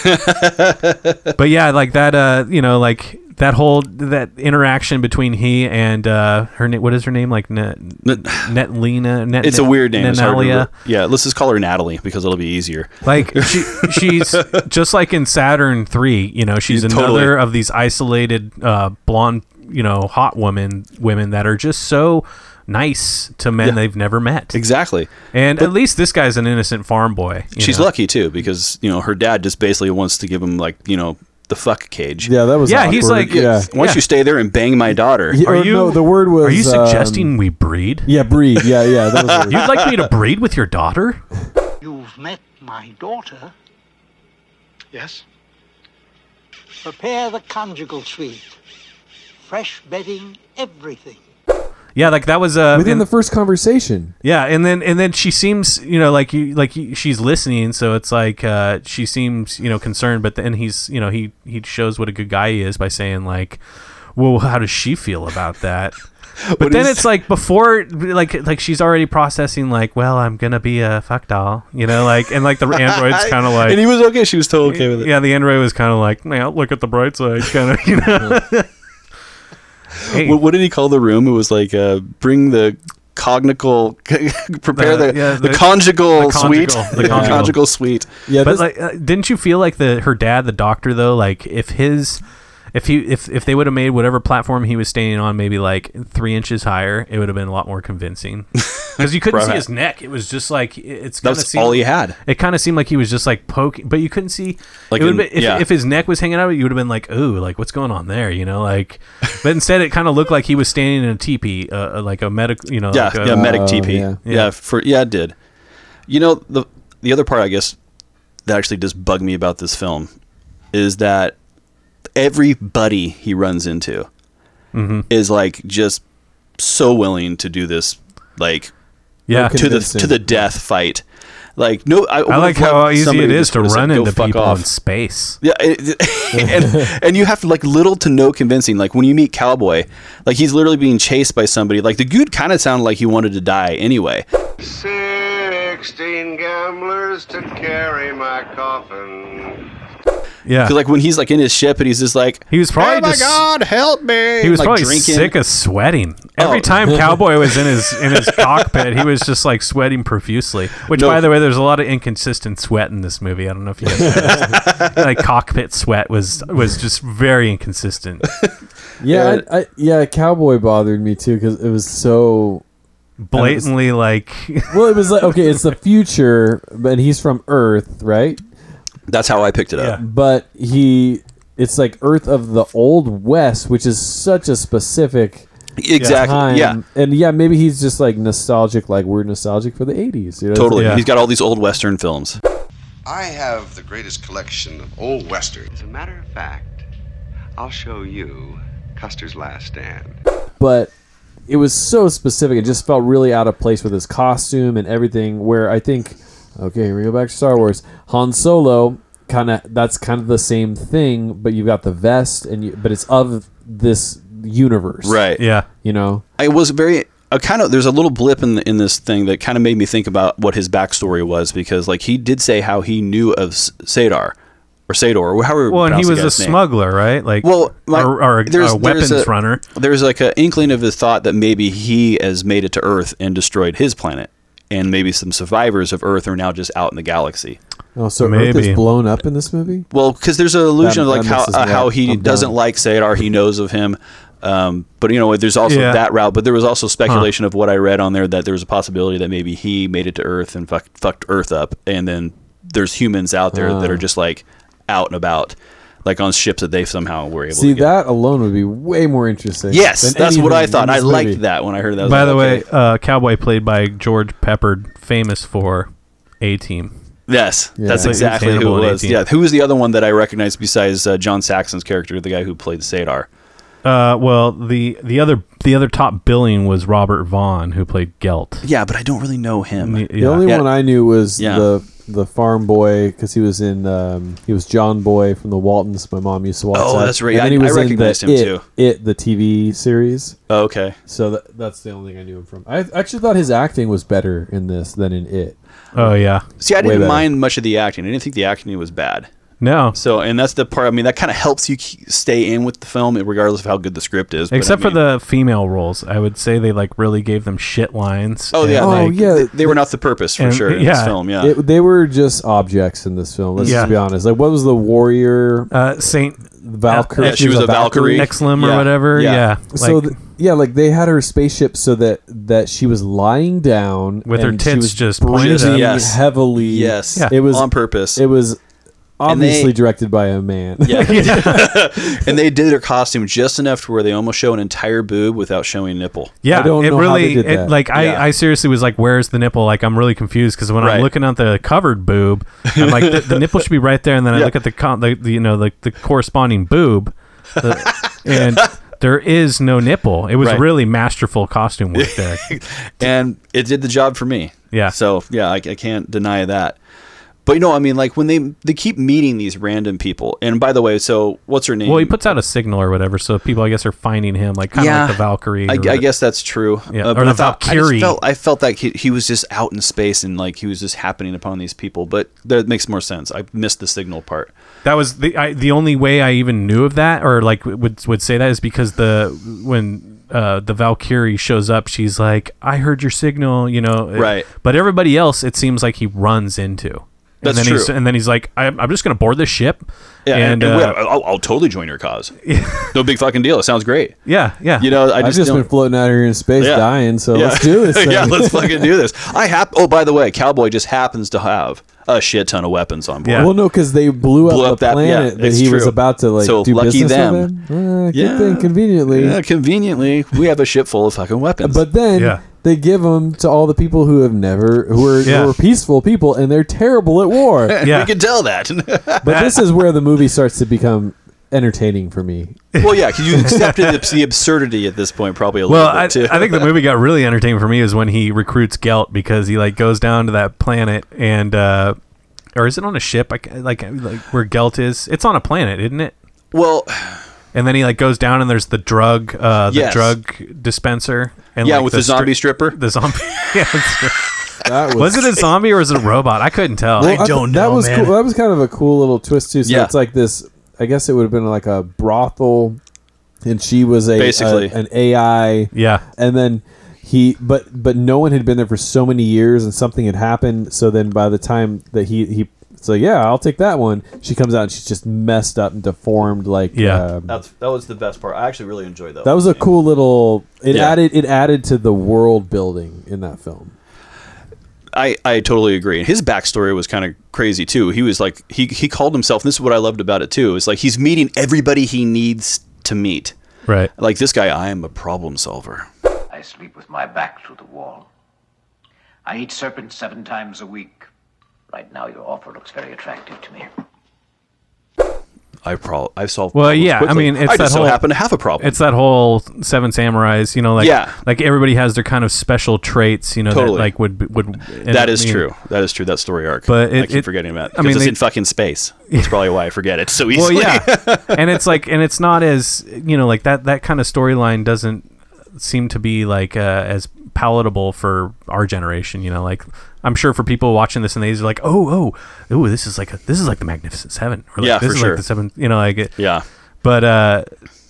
E: [laughs]
F: but yeah, like that. Uh, you know, like that whole that interaction between he and uh, her. na- What is her name? Like Net Netlina. Net,
E: It's a weird name. It's hard to
F: Nenalia.
E: remember. yeah, let's just call her Natalie because it'll be easier.
F: Like
E: [laughs]
F: she, she's just like in Saturn three. You know, she's
E: Yeah,
F: another
E: totally.
F: of these isolated uh, blonde, you know, hot women women that are just so nice to men they've never met.
E: Exactly.
F: And at least this guy's an innocent farm boy. you
E: She's
F: know?
E: lucky too because you know her dad just basically wants to give him like you know the fuck cage.
G: yeah that was
F: Yeah, he's
G: awkward.
F: like-
G: yeah
E: Why don't
F: Yeah.
E: you stay there and bang my daughter?
G: Yeah,
F: Are
G: or
F: you?
G: no, the word was
F: Are you
G: um,
F: suggesting we breed?
G: Yeah, breed. Yeah, yeah.
F: [laughs]
G: That was what it was.
F: You'd like me to breed with your daughter?
D: You've met my daughter.
B: Yes?
D: Prepare the conjugal suite. Fresh bedding, everything.
F: Yeah, like that was uh,
G: within
F: in-
G: the first conversation.
F: yeah, and then and then she seems you know like you like you, she's listening, so it's like uh, she seems you know concerned, but then he's you know he he shows what a good guy he is by saying like, well, how does she feel about that? But then it's like before, like like she's already processing like, well, I'm gonna be a fuck doll, you know, like and like the android's kind of like,
E: and he was okay. She was totally okay with it.
F: Yeah, the Android was kind of like, man, look at the bright side, kind of, [laughs] you know. Hey,
E: What, what did he call the room? It was like uh, bring the cognical [laughs] prepare
F: The-
E: the,
F: yeah,
E: the,
F: the-
E: conjugal
F: the
E: suite
F: conjugal-
E: [laughs]
F: the
E: the
F: conjugal.
E: conjugal suite
G: Yeah,
F: but
G: this-
F: like, uh, didn't you feel like the her dad, the doctor, though, like if his, if he, if if they would have made whatever platform he was standing on, maybe like three inches higher, it would have been a lot more convincing.
E: [laughs]
F: Because you couldn't see
E: Right.
F: his neck; it was just like it- it's.
E: That
F: kinda
E: was
F: seemed-
E: all he had.
F: It kind of seemed like he was just like poking, but you couldn't see.
E: Like
F: Like it would've
E: in-
F: been, if,
E: yeah.
F: if his neck was hanging out, you would have been like, "Ooh, like what's going on there?" You know, like. But instead, it kind of looked like he was standing in a teepee, uh, uh, like a medical, you know,
E: yeah
F: like a,
E: yeah medic
G: Oh,
E: TP yeah.
G: yeah.
E: for yeah it did you know the the other part I guess that actually does bug me about this film is that everybody he runs into
F: Mm-hmm.
E: is like just so willing to do this like
F: yeah.
G: Okay.
E: to the
G: Convincing.
E: to the death fight like no I,
F: I
E: would've
F: like how
E: loved
F: easy
E: somebody
F: it
E: who
F: is
E: just
F: to
E: would've said,
F: run
E: "Go
F: into
E: fuck
F: people
E: off.
F: in space.
E: Yeah, it, [laughs] and, and you have like little to no convincing. Like when you meet Cowboy, like he's literally being chased by somebody. Like the dude kind of sounded like he wanted to die anyway.
B: Sixteen gamblers to carry my coffin.
F: Yeah.
E: 'Cause, like when he's like in his ship and he's just like,
F: He was probably
E: "Oh my
F: just-
E: God, help me!"
F: He was
E: like,
F: probably sick of sweating. Every
E: Oh.
F: time
E: [laughs]
F: Cowboy was in his in his cockpit, he was just like sweating profusely. Which,
E: No.
F: by the way, there's a lot of inconsistent sweat in this movie. I don't know if you
E: [laughs]
F: guys noticed. like cockpit sweat was was just very inconsistent.
G: Yeah,
F: uh,
E: And-
G: I, I, yeah. Cowboy bothered me too because it was so.
E: [laughs]
F: Blatantly, like
G: Well, it was like okay, it's the future, but he's from Earth, right?
E: That's how I picked it up.
F: Yeah.
G: But he, it's like Earth of the Old West, which is such a specific
E: Exactly.
G: time.
E: Yeah.
G: and yeah, maybe he's just like nostalgic, like we're nostalgic for the '80s. You know?
E: Totally.
F: Yeah.
E: He's got all these old Western films.
B: I have the greatest collection of old westerns. As a matter of fact, I'll show you Custer's Last Stand.
G: but it was so specific. It just felt really out of place with his costume and everything. Where I think, okay, here we go back to Star Wars. Han Solo, kind of that's kind of the same thing, but you've got the vest, and you, but it's of this universe,
E: Right.
F: [laughs] yeah,
G: You know,
E: I was very I kind of there's a little blip in in this thing that kind of made me think about what his backstory was because like he did say how he knew of S- Sadar or Sador or however.
F: Well, and
E: pronounce
F: he
E: the
F: was
E: guy's
F: a
E: name.
F: smuggler, right? Like,
E: Well, like,
F: or, or a,
E: there's-
F: a
E: there's
F: weapons
E: a-
F: runner.
E: There's like an inkling of the thought that maybe he has made it to Earth and destroyed his planet, and maybe some survivors of Earth are now just out in the galaxy.
G: oh, so Earth
F: Maybe.
G: is blown up in this movie.
E: Well, because there's an illusion of
G: That-
E: like
G: that
E: how
G: messes
E: uh,
G: me
E: how
G: up.
E: he
G: I'm
E: doesn't
G: done.
E: like Sadar, he knows of him. Um, but you know, there's also
F: Yeah.
E: that route. But there was also speculation of what I read on there that there was a possibility that maybe he made it to Earth and fuck, fucked Earth up, and then there's humans out there that are just like out and about, like on ships that they somehow were able
G: See,
E: to get.
G: that alone would be way more interesting.
E: Yes,
G: than
E: that's
G: any
E: what I
G: movie
E: thought.
G: in
E: and I
G: this movie.
E: liked that when I heard that. I was
F: By
E: like,
F: the way,
E: Oh, okay.
F: uh, Cowboy played by George Peppard, famous for A Team.
E: yes, that's
G: Like,
E: exactly who
F: Hannibal
E: it
F: in
E: was.
F: 18.
E: Yeah, who was the other one that I recognized besides uh, John Saxon's character, the guy who played Sadar?
F: Uh, well, the the other the other top billing was Robert Vaughn, who played Gelt.
E: Yeah, but I don't really know him.
F: Y-
G: The only
E: Yeah.
G: one I knew was
E: Yeah.
G: the the farm boy because he was in um, he was John Boy from the Waltons. My mom used to watch.
E: Oh,
G: that.
E: that's right.
G: And then
E: I-
G: he
E: I
G: was in
E: recognized
G: the
E: him,
G: it,
E: too.
G: It the TV series.
E: Oh, okay.
G: So that, that's the only thing I knew him from. I actually thought his acting was better in this than in it.
F: Oh yeah,
E: See, I
G: Way
E: didn't
G: better.
E: mind much of the acting. I didn't think the acting was bad.
F: no,
E: So, and that's the part. I mean, that kind of helps you k- stay in with the film, regardless of how good the script is. but I
F: except
E: mean-
F: for the female roles. I would say they like really gave them shit lines.
E: Oh
F: and,
E: yeah,
G: Oh,
E: they,
F: like,
G: yeah,
E: they, they were not the purpose for
F: and-
E: sure in this
F: yeah.
E: film. Yeah,
G: It, they were just objects in this film. Let's
F: Yeah.
G: just be honest. Like, what was the warrior
F: Uh, Saint
G: Valkyrie?
F: Yeah,
E: she was a Valkyrie.
F: Exlim or
E: Yeah.
F: whatever.
E: Yeah.
F: Yeah,
G: so
F: like,
G: th- yeah, like they had her spaceship so that that she was lying down
F: With her
G: and she
F: tits
G: was
F: just pointed
G: breathing
F: up.
E: Yes.
G: heavily.
E: yes,
F: Yeah.
G: it was
E: on purpose.
G: It was obviously
E: they-
G: directed by a man.
E: yeah, and they did their costume just enough to where they almost show an entire boob without showing nipple.
F: Yeah,
G: I don't
F: it
G: know how they
F: really
G: did
F: it,
G: that.
F: like I,
E: Yeah.
F: I seriously was like, "Where's the nipple?" Like I'm really confused because when
E: Right.
F: I'm looking at the
E: [laughs]
F: covered boob, I'm like, the, "The nipple should be right there," and then I look at the, con- the, the you know the, the corresponding boob, the-
E: [laughs]
F: and there is no nipple. It was
E: Right.
F: really masterful costume work
E: [laughs]
F: there.
E: and it did the job for me.
F: Yeah.
E: So yeah, I, I can't deny that. But you know, I mean, like when they they keep meeting these random people, and by the way, so what's her name?
F: well, he puts out a signal or whatever, so people I guess are finding him, like kind of like the Valkyrie.
E: I,
F: or
E: I guess that's true. Uh,
F: Yeah, or
E: but
F: the
E: I thought, I just
F: Valkyrie.
E: felt, I felt like he, he was just out in space and like he was just happening upon these people. But that makes more sense. I missed the signal part.
F: That was the I, the only way I even knew of that, or like would would say that is because the when uh, the Valkyrie shows up, she's like, "I heard your signal," you know.
E: Right.
F: But everybody else, it seems like he runs into.
E: That's
F: and then
E: true.
F: He's, and then he's like, I'm, "I'm just gonna board this ship."
E: Yeah, and,
F: And,
E: and
F: uh,
E: well, I'll, I'll totally join your
F: [laughs]
E: cause. no big fucking deal. It sounds great.
F: yeah, yeah.
E: You know, I
G: [laughs] I've
E: just,
G: just
E: don't-
G: been floating out here in space
E: Yeah.
G: dying, so
E: Yeah.
G: let's do this.
E: [laughs] yeah,
G: thing.
E: let's fucking do this. I hap- Oh, by the way, Cowboy just happens to have a shit ton of weapons on board.
F: Yeah.
G: [laughs] Well, no, because they blew,
E: Blew
G: up,
E: up
G: the
E: that-
G: planet
E: yeah,
G: that
E: it's
G: he was
E: true.
G: about to like
E: So
G: do
E: lucky
G: business
E: them.
G: with. Him. Uh, good
E: Yeah.
G: thing, conveniently.
E: Yeah, conveniently, we have a ship full of fucking weapons.
G: But then
F: Yeah.
G: they give them to all the people who have never, who are,
F: Yeah.
G: who are peaceful people, and they're terrible at war.
E: [laughs]
F: yeah.
E: we can tell that.
G: but this is where the movie starts to become entertaining
F: [laughs]
G: for me.
E: well, yeah, because you accepted the, the absurdity at this point, probably a
F: well,
E: little
F: I,
E: bit too.
F: I think the
E: [laughs]
F: movie got really entertaining for me is when he recruits Gelt because he like goes down to that planet and uh, or is it on a ship? I, ca- like like where Gelt is? It's on a planet, isn't it?
E: well,
F: And then he like goes down and there's the drug, uh, the
E: Yes.
F: drug dispenser. And
E: yeah,
F: like,
E: with the, zombie
F: stri-
E: stripper.
F: the zombie. [laughs] yeah, that's true.
G: That was,
F: Was it a zombie or was it a robot? I couldn't tell.
G: Well, th- That was cool. That was kind of a cool little twist too. So
E: Yeah.
G: it's like this. I guess it would have been like a brothel, and she was a
E: Basically.
G: a- an AI.
F: Yeah.
G: and then he, but but no one had been there for so many years, and something had happened. So then by the time that he he. So yeah, I'll take that one. She comes out and she's just messed up and deformed. Like
F: Yeah.
G: um,
E: That's that was the best part. I actually really enjoyed that.
G: that was a cool little. It
E: Yeah.
G: added it added to the world building in that film.
E: I, I totally agree. His backstory was kind of crazy too. He was like he he called himself. And this is what I loved about it too. Is like he's meeting everybody he needs to meet.
F: Right.
E: Like this guy, I am a problem solver.
K: I sleep with my back to the wall. I eat serpents seven times a week. Right now, your offer looks very attractive to me.
E: I pro I solve.
F: Well,
E: problems
F: yeah. I
E: quickly.
F: mean, it's
E: I
F: that
E: just so
F: whole-
E: happen to have a problem.
F: It's that whole Seven Samurais, you know, like
E: Yeah.
F: like everybody has their kind of special traits, you know,
E: Totally.
F: that like would be- would. and
E: that
F: I
E: is
F: mean,
E: true. That is true. That story arc.
F: But
E: I
F: it-
E: keep
F: it-
E: forgetting that.
F: I
E: Because
F: mean,
E: it's
F: they-
E: in fucking space. That's probably why I forget it so
F: Well,
E: easily.
F: yeah, and it's like, and it's not as you know, like that that kind of storyline doesn't seem to be like uh, as palatable for our generation. You know, like I'm sure for people watching this and they're like, oh, oh, ooh, this is like a, this is like the Magnificent Seven. Or like,
E: Yeah,
F: this
E: for
F: is
E: sure.
F: like the seven. You know, like it,
E: [laughs] yeah.
F: but uh,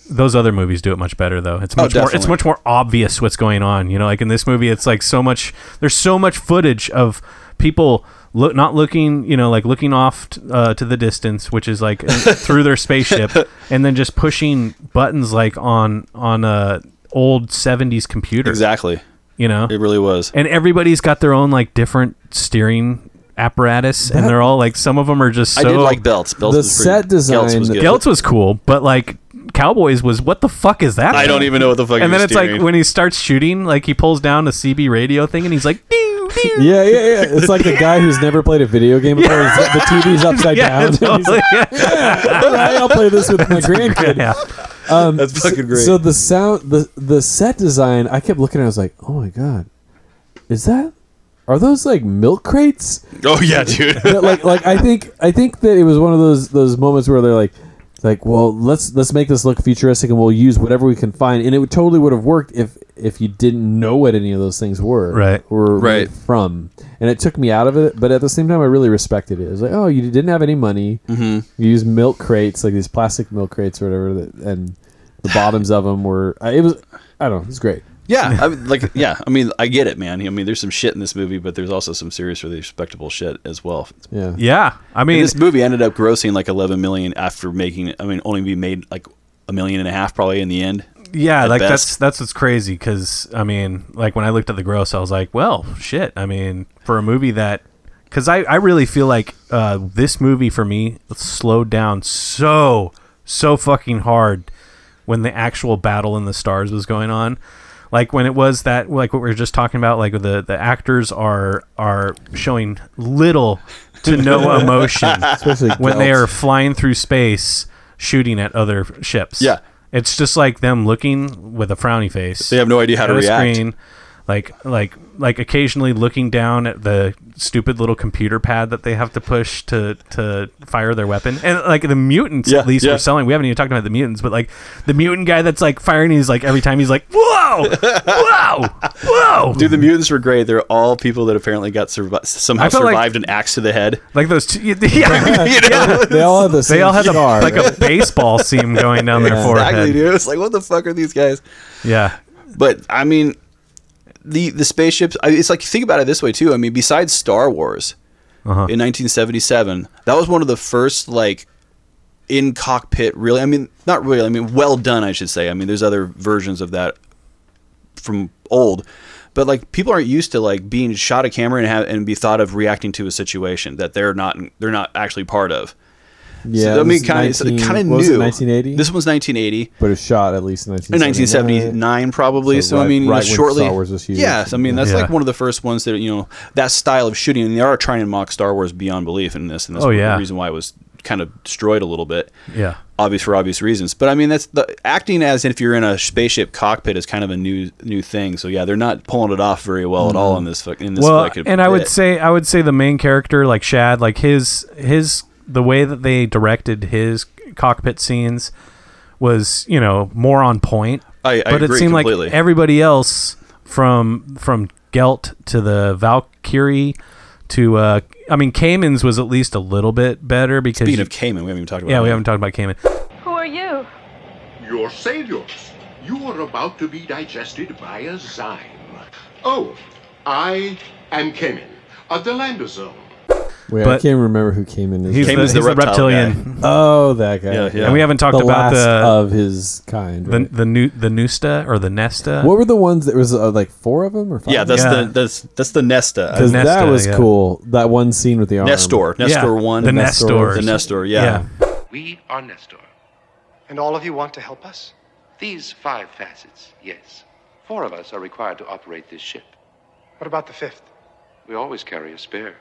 F: those other movies do it much better, though. It's
E: Oh,
F: much more. It's
E: definitely.
F: much more obvious what's going on. You know, like in this movie, it's like so much. There's so much footage of people look not looking. You know, like looking off t- uh, to the distance, which
E: [laughs]
F: is like through their spaceship, and then just pushing buttons like on on a old 70s computer.
E: Exactly.
F: You know,
E: It really was.
F: and everybody's got their own like different steering apparatus, and they're all like some of them are just. So
E: I did like belts. Belts
G: the
E: was pretty-
G: set
E: Belts was
G: design-
E: good.
F: Geltz was cool, but like Cowboys was what the fuck is that?
E: I don't even know what the fuck.
F: And
E: he
F: then
E: was
F: it's
E: steering.
F: like when he starts shooting, like he pulls down the CB radio thing and he's like, "Doo, doo."
G: Yeah, yeah, yeah. It's like the guy who's never played a video game before. He's- The TV's
F: [laughs]
G: upside
F: yeah,
G: [laughs] down.
F: totally,
G: He's like,
F: yeah,
G: "All right, I'll play this with my
F: [laughs]
G: grandkid.
F: yeah.
E: [laughs] that's fucking great.
G: So the sound, the the set design, I kept looking. at it, I was like, oh my god, is that? Are those like milk crates?
E: oh
F: [laughs]
E: yeah, dude. [laughs]
G: That, like, like I think I think that it was one of those those moments where they're like, like, well, let's let's make this look futuristic, and we'll use whatever we can find, and it would, totally would have worked if if you didn't know what any of those things were,
F: Right.
G: were
E: Right.
G: from, and it took me out of it. But at the same time, I really respected it. It was like, oh, you didn't have any money, mm-hmm. you used milk crates, like these plastic milk crates or whatever, that, and the bottoms of them were. I- It was, I don't know, it was great.
E: Yeah, I mean, like yeah, I mean, I get it, man. I mean, there's some shit in this movie, but there's also some seriously respectable shit as well.
G: Yeah,
F: Yeah, I
E: I mean,
F: mean,
E: this movie ended up grossing like 11 million after making. I mean, only be made like a million and a half probably in the end.
F: yeah,
E: at
F: like that's
E: best.
F: that's what's crazy because I mean, like when I looked at the gross, I was like, well, shit. I mean, for a movie that, because I I really feel like uh, this movie for me slowed down so so fucking hard when the actual battle in the stars was going on. Like when it was that, like what we were just talking about, like the the actors are are showing little
E: [laughs]
F: to no emotion
G: especially
F: when they
G: Gelt.
F: are flying through space shooting at other ships.
E: Yeah.
F: It's just like them looking with a frowny face.
E: They have no idea how
F: at
E: to
F: a
E: react.
F: like like like occasionally looking down at the stupid little computer pad that they have to push to to fire their weapon. And like the mutants
E: Yeah,
F: at least
E: yeah.
F: were selling. We haven't even talked about the mutants, but like the mutant guy that's like firing he's like every time he's like, Whoa, whoa, whoa
E: Dude, the mutants were great. They're all people that apparently got survi- somehow
F: I felt like-
E: survived an axe to the head.
F: like those two [laughs] yeah,
E: [laughs] You know?
G: they all have the same
F: They all had a,
G: star,
F: like a baseball seam going down their forehead.
E: Exactly, dude. It's like, what the fuck are these guys?
F: Yeah.
E: But I mean, the the spaceships. I, it's like think about it this way too. I mean, besides Star Wars
G: Uh-huh.
E: in 1977, that was one of the first like in cockpit. Really, I mean, not really. I mean, well done, I should say. I mean, there's other versions of that from old. But like people aren't used to like being shot at camera and have and be thought of reacting to a situation that they're not they're not actually part of.
G: yeah,
E: so, I
G: it
E: mean,
G: was
E: kind of
G: 19
E: kind of
G: what was it,
E: new.
G: 1980?
E: This one's 1980.
G: but a shot at least in
E: In
G: 1979.
E: 1979, probably.
G: So
E: So,
G: right-
E: I mean, you know,
G: right when
E: shortly.
G: Star Wars was huge.
E: Yeah, so, I mean, that's
F: Yeah.
E: like one of the first ones that you know that style of shooting, and they are trying to mock Star Wars beyond belief in this, and that's
F: Oh,
E: one of
F: yeah.
E: the reason why it was kind of destroyed a little bit.
F: Yeah.
E: Obvious for obvious reasons, but I mean that's the acting as if you're in a spaceship cockpit is kind of a new new thing. So yeah, they're not pulling it off very well at all in this fuck- in this.
F: well,
E: fucking
F: and I would
E: bit.
F: say I would say the main character like Shad, like his his the way that they directed his cockpit scenes was you know more on point.
E: I- I
F: but it
E: agree
F: seemed
E: completely.
F: like everybody else from from Gelt to the Valkyrie to uh, I mean Cayman's was at least a little bit better because
E: Speaking
F: you-
E: of Cayman, we haven't even talked about
F: yeah we
E: him.
F: haven't talked about Cayman.
L: Who are you?
M: Your saviors. You are about to be digested by a zyme. Oh, I am Kemen of the Landazone.
G: Wait, I
F: But-
G: can't remember who came in.
F: He's Cayman's the- the he's the reptile reptilian. guy.
G: Oh, that guy.
F: Yeah, yeah. And we haven't talked
G: The
F: about the-
G: last of his kind.
F: The the new the Nusta or the Nesta.
G: what were the ones that was uh, like four of them or five?
E: Yeah, that's the that's that's the Nesta.
G: because that was
E: cool.
G: cool. That one scene with the arm.
E: Nestor, Nestor one,
G: The
E: the
G: Nestor.
E: Nestor, yeah.
M: We are Nestor.
N: And all of you want to help us?
M: These five facets, yes. Four of us are required to operate this ship.
N: What about the fifth?
M: We always carry a spare.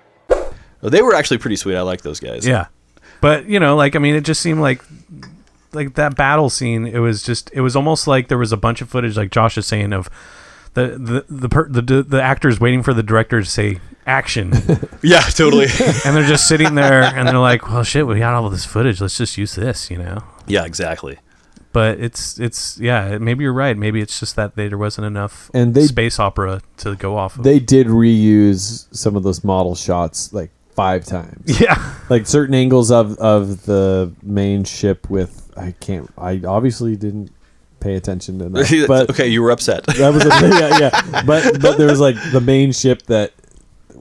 E: Oh, They were actually pretty sweet. I like those guys.
F: Yeah, but you know, like I mean, it just seemed like like that battle scene. It was just it was almost like there was a bunch of footage, like Josh is saying, of the the the per, the, the actors waiting for the director to say
G: [laughs]
F: action.
E: yeah, totally.
F: and they're just sitting there, and they're like, "Well, shit, we got all this footage. Let's just use this," you know.
E: Yeah, [laughs] exactly.
F: But it's it's yeah. Maybe you're right. Maybe it's just that there wasn't enough
G: And they-
F: space opera to go off. of.
G: They did reuse some of those model shots like
F: [laughs]
G: five
F: [laughs]
G: times.
F: Yeah,
G: like certain angles of of the main ship with I can't. I obviously didn't pay attention
E: [laughs]
G: to that. But
E: okay, you were upset.
G: That was a, yeah, yeah. But but there was like the main ship that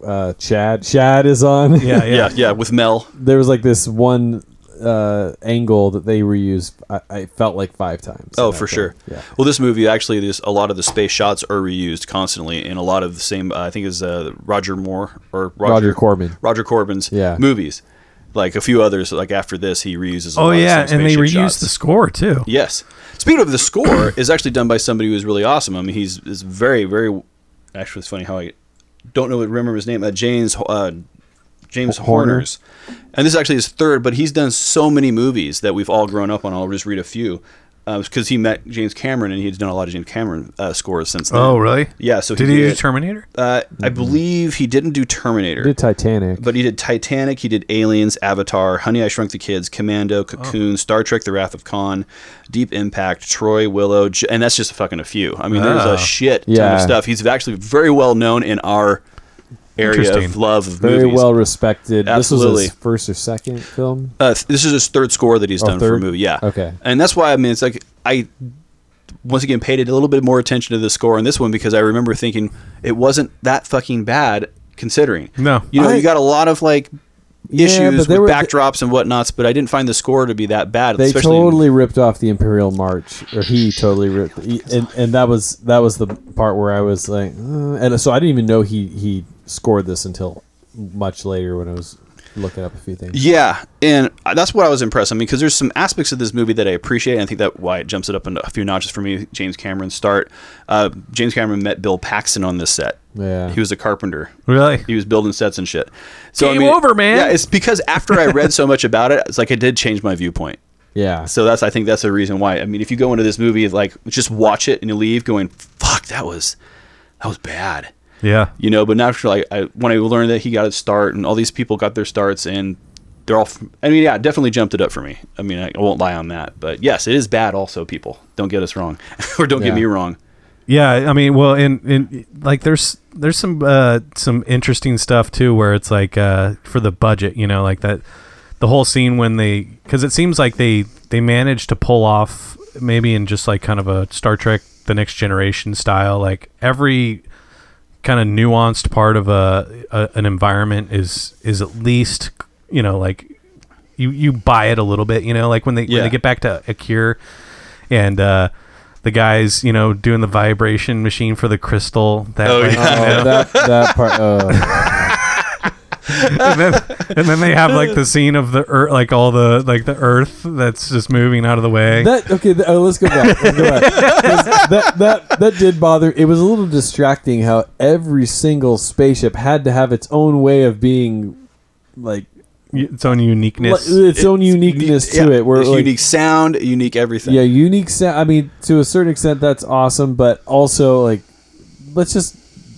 G: uh, Chad Chad is on.
E: Yeah, [laughs] yeah. Yeah, yeah, with Mel.
G: [laughs] There was like this one uh, angle that they reused. I, I felt like five times.
E: Oh,
G: And I
E: for
G: thought,
E: sure.
G: Yeah.
E: Well, this movie actually, this a lot of the space shots are reused constantly in a lot of the same. Uh, I think is uh, Roger Moore or Roger,
G: Roger Corman.
E: Roger Corbin's
G: Yeah.
E: movies. Like a few others, like after this, he reuses. A
F: Oh
E: lot of
F: yeah,
E: some
F: and they
E: spaceship
F: reused
E: shots.
F: the score too.
E: Yes. Speaking of the score, [clears throat] is actually done by somebody who's really awesome. I mean, he's is very, very. Actually, it's funny how I don't know remember his name. Uh, James uh, James
G: Horner.
E: Horner's, and this is actually his third. But he's done so many movies that we've all grown up on. I'll just read a few because he met James Cameron and he's done a lot of James Cameron uh, scores since then.
F: Oh, really?
E: Yeah. So
F: Did he do
E: it.
F: Terminator?
E: Uh, I believe he didn't do Terminator.
G: Did Titanic.
E: But he did Titanic, he did Aliens, Avatar, Honey I Shrunk the Kids, Commando,
G: Oh.
E: Cocoon, Star Trek: The Wrath of Khan, Deep Impact, Troy, Willow, J- and that's just fucking a few. I mean, there's
G: Ah.
E: a shit ton
G: Yeah.
E: of stuff. He's actually very well known in our area of
G: Interesting.
E: love of
G: Very
E: movies.
G: well respected. This was
E: Absolutely.
G: his first or second film.
E: Uh, th- this is his third score that he's
G: Oh,
E: done for a
G: third?
E: movie. Yeah.
G: Okay.
E: And that's why I mean it's like I once again paid a little bit more attention to the score on this one because I remember thinking it wasn't that fucking bad considering.
F: No.
E: You know,
G: I-
E: you got a lot of like
G: Yeah,
E: issues
G: but
E: with
G: there were-
E: backdrops and whatnots, but I didn't find the score to be that bad.
G: They
E: especially
G: totally ripped off the Imperial March, or he totally ripped, he- and, and that was that was the part where I was like, uh, and so I didn't even know he he scored this until much later when I was looking up a few things.
E: Yeah, and that's what I was impressed. I mean, because there's some aspects of this movie that I appreciate. And I think that why it jumps it up a few notches for me. James Cameron's start. Uh, James Cameron met Bill Paxton on this set.
G: Yeah.
E: he was a carpenter.
F: Really,
E: he was building sets and shit.
F: Game over, man.
E: Yeah, it's because after I read so much about it, it's like I did change my viewpoint.
G: Yeah.
E: So that's I think that's the reason why. I mean, if you go into this movie like just watch it and you leave going, "Fuck, that was that was bad."
F: Yeah.
E: you know. But naturally, I, I when I learned that he got his start, and all these people got their starts, and they're all. f- I mean, yeah, it definitely jumped it up for me. I mean, I, I won't lie on that. But yes, it is bad. Also, people don't get us wrong, [laughs] or don't get
F: Yeah.
E: me wrong.
F: Yeah, I mean, well, and and like there's there's some uh, some interesting stuff too, where it's like uh, for the budget, you know, like that the whole scene when they because it seems like they they managed to pull off maybe in just like kind of a Star Trek the Next Generation style, like every kind of nuanced part of a, a an environment is is at least you know like you you buy it a little bit you know like when they when
E: Yeah.
F: they get back to Akir and uh the guys you know doing the vibration machine for the crystal that
G: Oh,
F: like,
G: yeah.
F: you know.
G: Oh, that- that part-
E: [laughs]
G: oh.
F: and, then, and then they have like the scene of the earth like all the like the earth that's just moving out of the way
G: That okay? Th- oh, let's go back. Let's go back. 'Cause that that that did bother. It was a little distracting how every single spaceship had to have its own way of being, like
F: its own uniqueness
G: Like, its own uniqueness to it, where,
E: It's
G: like-
E: unique sound, unique everything.
G: yeah, unique. Sa- I mean, to a certain extent, that's awesome. But also, like, let's just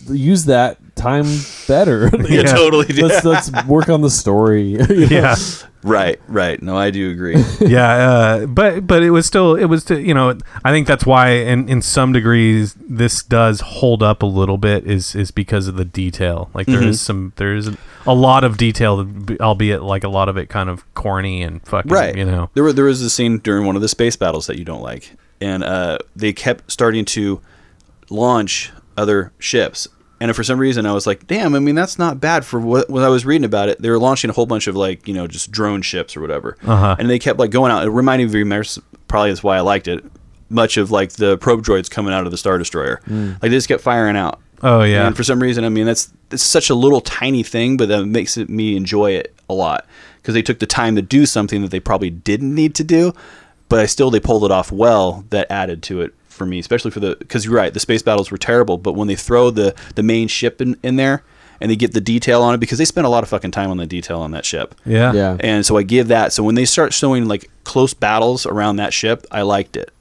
G: use that time better.
E: [laughs] [laughs] Yeah,
G: [laughs]
E: totally,
G: Let's
E: yeah.
G: let's work on the story. [laughs] you know?
E: Right, right. No, I do agree.
F: yeah, uh, but but it was still it was to, you know I think that's why in in some degrees this does hold up a little bit is is because of the detail. Like there is
E: Mhm.
G: Mm-hmm.
F: some there is a lot of detail, albeit like a lot of it kind of corny and fucking
E: right.
F: You know,
E: there were, there was a scene during one of the space battles that you don't like, and uh, they kept starting to launch other ships. And for some reason, I was like, "Damn! I mean, that's not bad." For what when I was reading about it, they were launching a whole bunch of like you know just drone ships or whatever,
F: Uh-huh.
E: and they kept like going out. It reminded me, very much- probably is why I liked it, much of like the probe droids coming out of the star destroyer.
F: Mm.
E: Like they just kept firing out.
F: Oh, yeah.
E: And for some reason, I mean, that's it's such a little tiny thing, but that makes it, me enjoy it a lot because they took the time to do something that they probably didn't need to do, but I still they pulled it off well. That added to it for me, especially for the because you're right, the space battles were terrible, but when they throw the the main ship in, in there and they get the detail on it because they spent a lot of fucking time on the detail on that ship.
F: Yeah. Yeah.
E: And so I give that. So when they start showing like close battles around that ship, I liked it.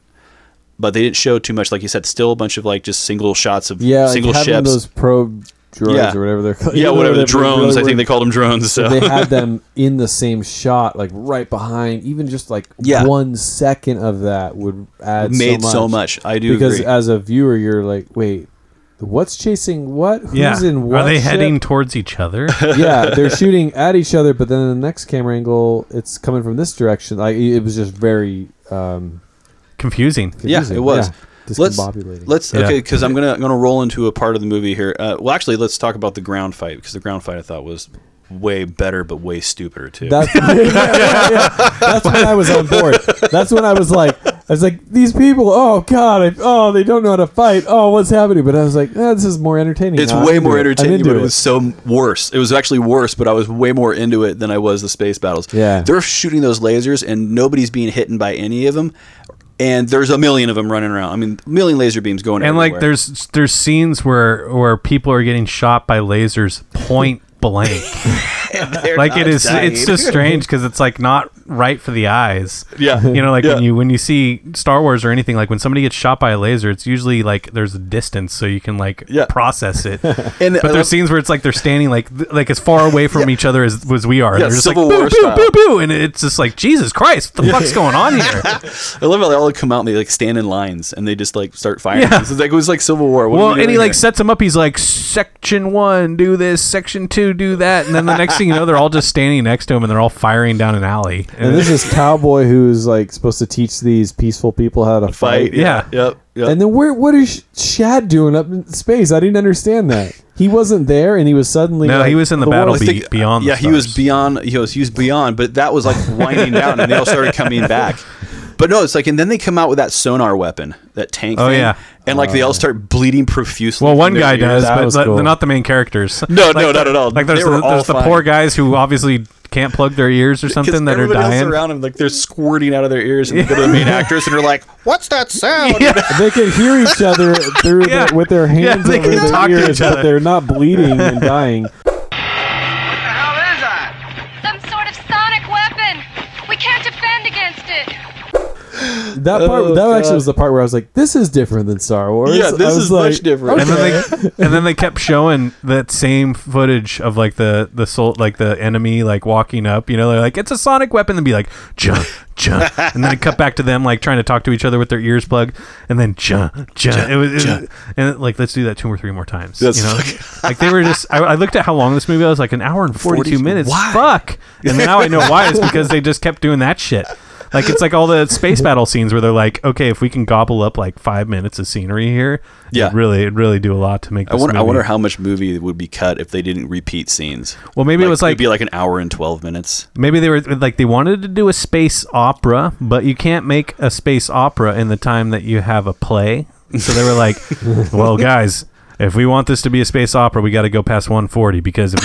E: But they didn't show too much, like you said. Still a bunch of like just single shots of
G: Yeah,
E: single
G: like having
E: ships.
G: those probe droids
E: Yeah.
G: or whatever they're called.
E: Yeah,
G: even though
E: whatever, the
G: they
E: drones, I think they called them drones,
G: if
E: so. [laughs]
G: they had them in the same shot, like right behind. Even just like
E: Yeah.
G: one second of that would add
E: Made
G: so much.
E: so much. I do
G: because
E: agree.
G: as a viewer, you're like, wait, what's chasing what? Who's
F: yeah.
G: in what?
F: Are they
G: ship?
F: heading towards
E: [laughs]
F: each other?
G: yeah, they're shooting at each other, but then the next camera angle, it's coming from this direction. Like it was just very
E: [laughs]
G: um,
F: confusing.
E: Yeah, it was. Let's
G: Discombobulated.
E: let's
G: Yeah.
E: okay because I'm gonna I'm gonna roll into a part of the movie here. Uh, well, actually, let's talk about the ground fight because the ground fight I thought was way better, but way stupider too.
G: That's, [laughs] yeah, yeah, yeah. That's when I was on board. That's when I was like, I was like, these people, oh god, I, oh they don't know how to fight. Oh, what's happening? But I was like, eh, this is more entertaining.
E: it's
G: now. I'm
E: way
G: into
E: more
G: it. I'm
E: entertaining,
G: into
E: but it was so worse. It was actually worse, but I was way more into it than I was the space battles.
G: Yeah.
E: they're shooting those lasers, and nobody's being hit by any of them. And there's a million of them running around. I mean, a million laser beams going.
F: and like
E: everywhere.
F: there's there's scenes where where people are getting shot by lasers
E: [laughs]
F: point blank.
E: They're
F: like it
E: not
F: is
E: dying.
F: it's just strange because it's like not right for the eyes
E: Yeah.
F: you know like
E: Yeah.
F: when you when you see star wars or anything like when somebody gets shot by a laser it's usually like there's a distance so you can like process it
E: [laughs] And
F: but
E: I
F: there's
E: love-
F: scenes where it's like they're standing like th- like as far
E: [laughs]
F: away from each other as, as we are
E: Yeah,
F: they're just
E: Civil
F: like
E: War
F: boo,
E: style.
F: boo, boo, boo, and it's just like jesus christ
E: [laughs]
F: what the fuck's going on here
E: I love how they all come out and they like stand in lines and they just like start firing.
F: Yeah.
E: It's like it was like Civil War. What are
F: well,
E: we
F: and he
E: doing
F: like
E: here?
F: sets him up. He's like, section one, do this. Section two, do that. And then the next thing you know, they're all just standing next to him, and they're all firing down an alley.
G: And this is cowboy who's like supposed to teach these peaceful people how to fight.
E: Yep. yep.
G: And then where? What is Shad doing up in space? I didn't understand that. He wasn't there, and he was suddenly.
F: No,
G: like,
F: he was in the battle
G: world-
F: be- beyond.
E: yeah,
F: the
E: he was beyond. He was he was beyond, but that was like winding down, and they all started coming back. But no, it's like, and then they come out with that sonar weapon, that tank.
F: Oh,
E: thing,
F: yeah.
E: and like they
F: Uh.
E: all start bleeding profusely.
F: Well,
E: from
F: one
E: their
F: guy
E: ears.
F: does, but the- they're not the main characters.
E: [laughs] No, no, not at all.
F: Like there's
E: They were
F: the, there's
E: all
F: the
E: fine.
F: poor guys who obviously can't plug their ears or
E: 'Cause
F: something that are
E: everybody else
F: dying.
E: around him, like they're squirting out of their ears, and they go to the main actress, and they're
F: [laughs]
E: like, "What's that sound?"
G: They could hear each other through the, with their hands
E: they
G: over
E: can
G: their
E: talk to
G: ears,
E: each
G: but
E: other.
G: they're not bleeding and dying.
L: Some sort of sonic weapon. We can't defend against it.
G: That part, that actually was the part where I was like, "This is different than Star Wars."
E: Yeah, this
G: I was
E: is much different.
F: And then they and then they kept showing that same footage of like the the soul like the enemy like walking up. You know, they're like it's a sonic weapon. And be like jump, jump, and then it cut back to them like trying to talk to each other with their ears plugged, and then jump, jump.
E: Jump,
F: It was, it was-
E: jump.
F: and it, like let's do that two or three more times.
E: That's
F: you know, like they were just. I, I looked at how long this movie was. Like an hour and forty two
E: 42
F: minutes.
E: Why?
F: Fuck. And now I know
E: [laughs]
F: why. It's because they just kept doing that shit. Like it's like all the space battle scenes where they're like, okay, if we can gobble up like five minutes of scenery here,
E: Yeah.
F: it'd really, it'd really do a lot to make.
E: I
F: This
E: wonder. I
F: movie.
E: wonder how much movie would be cut if they didn't repeat scenes.
F: Well, maybe it was like-
E: it'd be like an hour and twelve minutes.
F: Maybe they were like they wanted to do a space opera, but you can't make a space opera in the time that you have a play. So they
E: [laughs]
F: were like, "Well, guys, if we want this to be a space opera, we got to go past 140 because if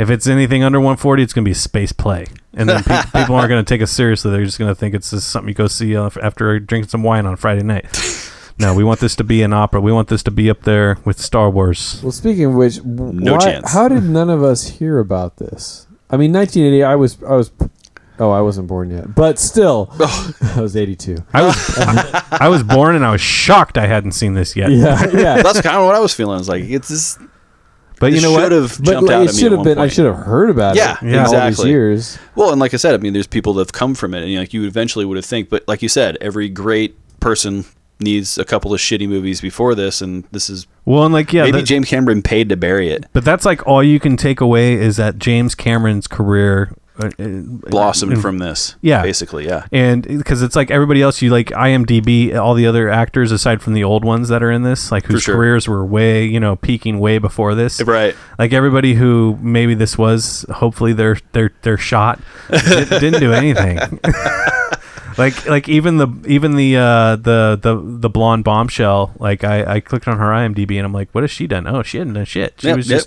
E: [laughs]
F: if it's anything under 140, it's going to be a space play, and then pe- people aren't going to take us seriously. They're just going to think it's just something you go see uh, after drinking some wine on
E: [laughs]
F: Friday night." No, we want this to be an opera. We want this to be up there with Star Wars.
G: Well, speaking of which, w-
F: No
G: why,
F: chance.
G: How did none of us hear about this? I mean, 1980. I was, I was, oh, I wasn't born yet,
E: [laughs]
G: but still, I was 82.
F: I was I was
E: [laughs]
F: born and I was shocked I hadn't seen this yet.
G: Yeah, yeah.
E: That's kind of what I was feeling. I was like, it's this.
F: But
E: It
F: you know what?
E: should have
F: But,
E: jumped
F: like,
E: out
F: it
E: at me
F: should
E: at
F: have
E: one
F: been- I
E: point.
F: should have heard about it
E: yeah,
F: in all these
E: exactly.
G: years.
E: Well, and like I said, I mean, there's people that have come from it, and like you eventually would have think. But like you said, every great person needs a couple of shitty movies before this, and this is
F: Well, and like yeah,
E: maybe
F: that-
E: James Cameron paid to bury it.
F: But that's like all you can take away is that James Cameron's career uh, uh,
E: Blossomed
F: in-
E: from this,
F: Yeah,
E: basically, yeah.
F: And because it's like everybody else, you like IMDb, all the other actors aside from the old ones that are in this, like whose
E: sure. Eh,
F: careers were way, you know, peaking way before this,
E: Right.
F: Like everybody who maybe this was, hopefully their their their shot
E: [laughs]
F: did, didn't do anything. [laughs] like like even the even the uh the the the blonde bombshell like i i clicked on her imdb and i'm like what has she done oh she hadn't done shit she
E: Yep,
F: was
E: yep.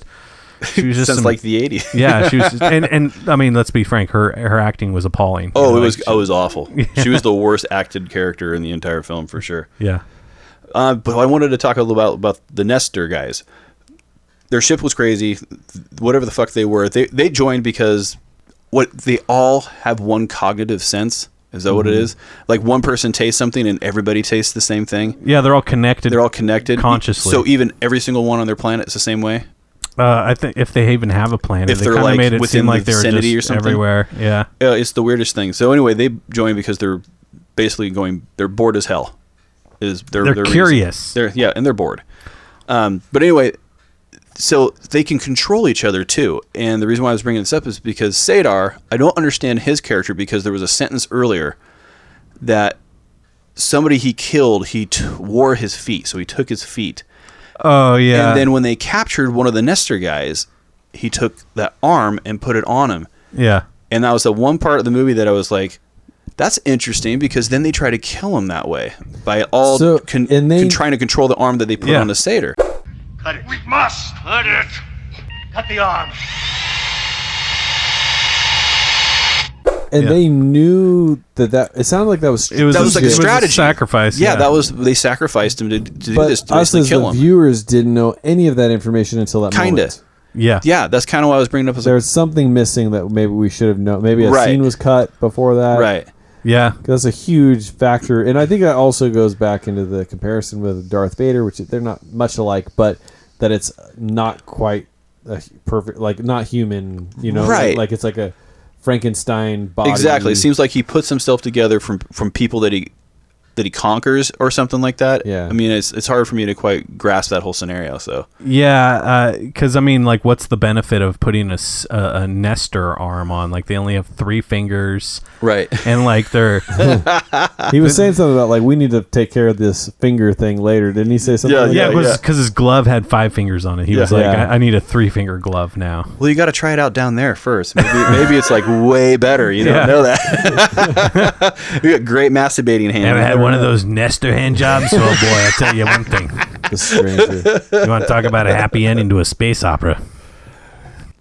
F: just
E: [laughs]
F: she was just
E: Since,
F: some-
E: like, the 80s.
F: [laughs] yeah she
E: [laughs]
F: was just, and and i mean let's be frank her her acting was appalling You
E: Oh,
F: know,
E: it
F: like,
E: was. Oh, it
F: [laughs]
E: was awful. She was the worst acted character in the entire film for sure.
F: yeah
E: Uh, but I wanted to talk a little about about the Nestor guys. Their ship was crazy. Whatever the fuck they were, they they joined because what they all have one cognitive sense. Is that what it
F: Mhm.
E: is? Like one person tastes something and everybody tastes the same thing.
F: yeah they're all connected
E: They're all connected
F: consciously
E: So even every single one on their planet is the same way.
F: uh i think if they even have a planet
E: If
F: they
E: they're,
F: kind of
E: like,
F: made it
E: within
F: seem
E: the
F: like they were
E: vicinity
F: just
E: or something.
F: everywhere yeah
E: Yeah, uh, it's the weirdest thing. So anyway, they join because they're basically going. They're bored as hell. Is their,
F: They're
E: their reason.
F: curious.
E: They're yeah, and they're bored. Um, but anyway, so they can control each other too. And the reason why I was bringing this up is because Sadar, I don't understand his character because there was a sentence earlier that somebody he killed, he t- wore his feet, so he took his feet.
F: oh yeah
E: And then when they captured one of the Nestor guys, he took that arm and put it on him.
F: yeah
E: And that was the one part of the movie that I was like, that's interesting because then they try to kill him that way by all
G: So,
E: con-
G: and they-
E: con- trying to control the arm that they put
G: Yeah.
E: on the satyr.
H: Cut it. We must cut it. Cut the arm.
G: And they knew that that it sounded like that was
F: It was
E: that
F: a-
E: was like a
F: it was a
E: strategy.
F: sacrifice,
E: Yeah,
F: yeah.
E: that was they sacrificed him to, to do
G: but
E: this to
G: us
E: basically
G: as the
E: kill him.
G: viewers didn't know any of that information until that
E: Kinda.
G: moment.
F: Yeah,
E: yeah, that's kind of why I was bringing up. As
G: There's something missing that maybe we should have known. Maybe a
E: Right.
G: scene was cut before that.
E: Right.
F: Yeah.
G: That's a huge factor. And I think that also goes back into the comparison with Darth Vader, which they're not much alike, but that it's not quite a perfect, like not human, you know?
E: Right.
G: Like it's like a Frankenstein body.
E: Exactly. It seems like he puts himself together from from people that he that he conquers or something like that. Yeah. I mean, it's it's hard for me to quite grasp that whole scenario. So
F: Yeah, because I mean, like, what's the benefit of putting a, s- a- a Nestor arm on? Like, they only have three fingers,
E: right?
F: And like,
E: [laughs]
F: they're
G: he was saying something about like we need to take care of this finger thing later. Didn't he say something?
F: [laughs]
G: like
F: yeah,
G: that?
F: because his glove had five fingers on it. He
G: Yeah.
F: was like,
G: Yeah.
F: I, I need a three finger glove now.
E: well, you got to try it out down there first. Maybe [laughs] maybe it's like way better. You don't
F: Yeah.
E: know that. [laughs] you got great masturbating hands.
F: Ever had one [laughs] of those Nestor hand jobs? Oh boy, I tell you one thing.
G: The stranger.
F: You want to talk about a happy ending to a space opera?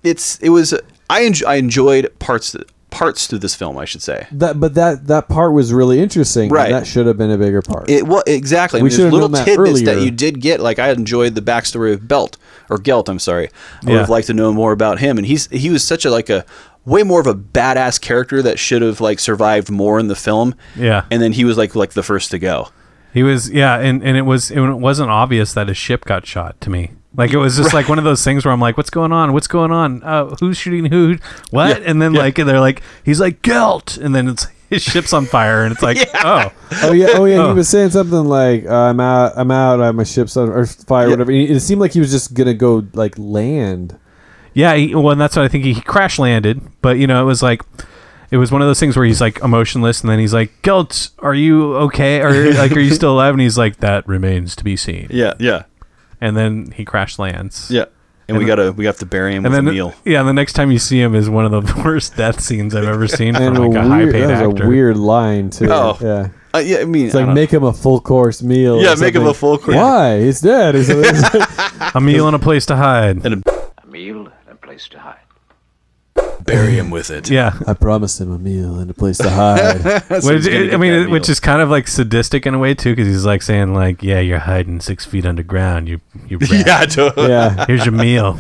E: It's it was I enj- I enjoyed parts parts to this film. I should say.
G: That, but that that part was really interesting. and
E: Right.
G: That should have been a bigger part.
E: It well exactly. I
G: We
E: mean,
G: should
E: there's
G: have
E: little
G: known that
E: tidbits that
G: earlier.
E: you did get. Like I enjoyed the backstory of Belt or Gelt. I'm sorry. I would
F: Yeah.
E: have liked to know more about him. And he's he was such a like a way more of a badass character that should have like survived more in the film.
F: Yeah.
E: And then he was like like the first to go.
F: He was, yeah, and, and it was it wasn't obvious that his ship got shot to me. Like it was just like one of those things where I'm like, what's going on? What's going on? Uh, who's shooting who? What? and then like they're like, he's like guilt, and then it's his ship's on fire, and it's [laughs] like, oh,
G: oh yeah, oh yeah.
F: Oh.
G: He was saying something like, uh, "I'm out, I'm out, uh, my ship's on or fire, whatever." It it seemed like he was just gonna go like land.
F: Yeah, he, well, and that's what I think. He crash landed, but you know, it was like it was one of those things where he's like emotionless, and then he's like, "Gelt, are you okay? Or like, are you still alive?" And he's like, "That remains to be seen."
E: Yeah, yeah,
F: And then he crash lands.
E: yeah. And, we gotta we have to bury him
F: And
E: with
F: then,
E: a meal.
F: yeah, the next time you see him is one of the [laughs] worst death scenes I've ever seen from
G: And a
F: like a high
G: weird,
F: paid
G: that was
F: actor.
G: a weird line too.
E: Oh.
G: yeah.
E: Uh, yeah, I mean,
G: It's
E: I
G: like
E: don't
G: make him a full course meal. or
E: Yeah, make him
G: something.
E: a full course-
G: Why? It's dead.
E: [laughs]
G: Or something.
F: a meal and a place to hide.
K: A meal and a place to hide.
E: bury him with [laughs] it.
F: [laughs] yeah,
G: I promised him a meal and a place to hide.
E: [laughs]
F: which, I mean, it- which is kind of like sadistic in a way too, because he's like saying like, "Yeah, you're hiding six feet underground. You, you. rat."
E: Yeah, totally.
G: Yeah.
F: Here's your meal.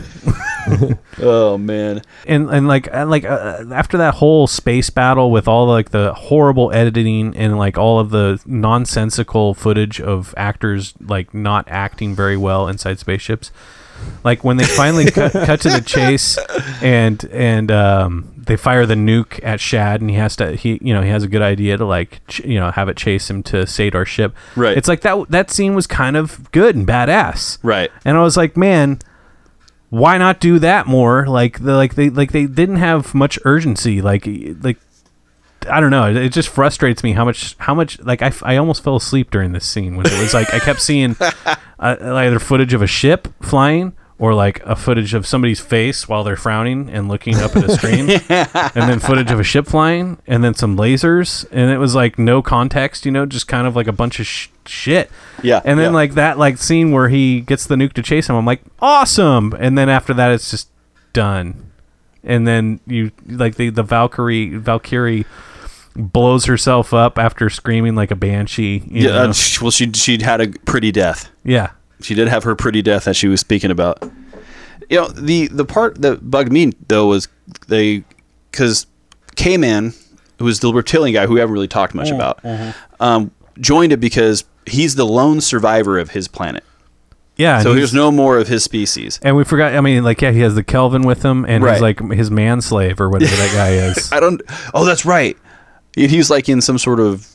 E: [laughs] oh man.
F: And and like and, like uh, after that whole space battle with all like the horrible editing and like all of the nonsensical footage of actors like not acting very well inside spaceships. Like when they finally cut, cut to the chase and and um they fire the nuke at Shad and he has to he you know he has a good idea to like ch- you know have it chase him to Sadar ship.
E: Right.
F: It's like that that scene was kind of good and badass.
E: Right.
F: And I was like, man, why not do that more? Like the like they like they didn't have much urgency. Like like I don't know. It, it just frustrates me how much how much like I, f- I almost fell asleep during this scene when it was like I kept seeing uh, either footage of a ship flying or like a footage of somebody's face while they're frowning and looking up at
E: [laughs]
F: a screen and then footage of a ship flying and then some lasers and it was like no context you know just kind of like a bunch of sh- shit
E: Yeah,
F: and then
E: yeah.
F: like that like scene where he gets the nuke to chase him i'm like awesome and then after that it's just done and then you like the the valkyrie valkyrie blows herself up after screaming like a banshee you
E: Yeah.
F: know?
E: uh, sh- well, she she had a pretty death.
F: yeah
E: She did have her pretty death that she was speaking about. You know, the the part that bugged me though was they because K Man, who was the reptilian guy who we haven't really talked much
O: Mm,
E: about, um, joined it because he's the lone survivor of his planet.
F: yeah and
E: so
F: he's-
E: there's no more of his species.
F: And we forgot. I mean, like, yeah, he has the Kelvin with him, and
E: Right.
F: he's like his manslave or whatever that
E: [laughs]
F: guy is.
E: I don't. Oh, that's right. He's like in some sort of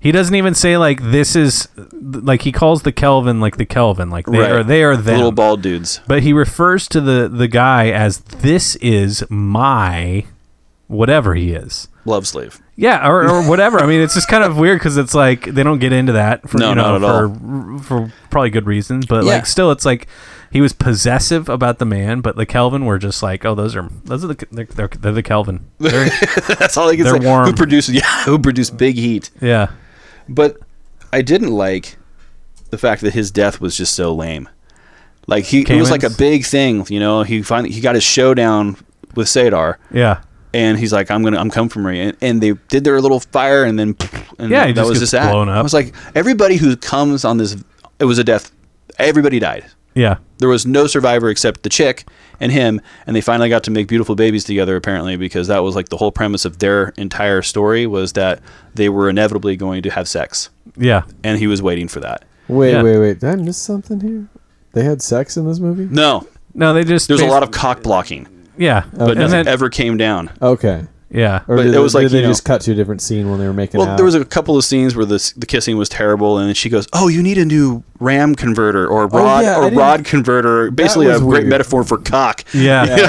F: He doesn't even say like this is like he calls the Kelvin like the Kelvin like they
E: Right.
F: are they are
E: The
F: them.
E: little bald dudes.
F: But he refers to the the guy as this is my whatever he is.
E: love slave. [laughs]
F: Yeah, or, or whatever. I mean, it's just kind of weird because it's like they don't get into that for
E: No,
F: you know,
E: not at
F: for, for probably good reasons, but
E: Yeah.
F: like still, it's like he was possessive about the man, but the Kelvin were just like, oh, those are those are the they're, they're, they're the Kelvin. They're,
E: That's all I can
F: They're
E: say.
F: warm.
E: Who produced? Yeah, [laughs] who produced Big Heat?
F: yeah,
E: But I didn't like the fact that his death was just so lame. Like he, it was like a
F: Cayman's?
E: big thing, you know. He finally he got his showdown with Sadar,
F: yeah.
E: and he's like, "I'm gonna, I'm coming for me." And, and they did their little fire, and then and
F: Yeah, he
E: that
F: just
E: was just
F: gets
E: that.
F: blown up.
E: I was like, everybody who comes on this, it was a death. Everybody died.
F: Yeah.
E: There was no survivor except the chick and him, and they finally got to make beautiful babies together. Apparently, because that was like the whole premise of their entire story was that they were inevitably going to have sex.
F: Yeah.
E: and he was waiting for that.
G: Wait,
E: Yeah.
G: wait, wait. Did I miss something here? They had sex in this movie?
E: No,
F: no, they just
E: there's a
F: bas-
E: lot of cock blocking.
F: Yeah.
E: but
F: Okay.
E: nothing
F: And then-
E: ever came down.
G: Okay.
F: Yeah.
G: Or
E: But
G: did
E: it
G: they-
E: was like,
G: did they
E: you know-
G: just cut to a different scene when they were making
E: Well,
G: out?
E: there was a couple of scenes where the the kissing was terrible, and she goes, "Oh, you need a new RAM converter or rod
G: Oh, yeah, I
E: or
G: didn't-
E: rod converter." Basically, a
G: was
E: great
G: weird.
E: metaphor for cock.
F: Yeah.
G: yeah,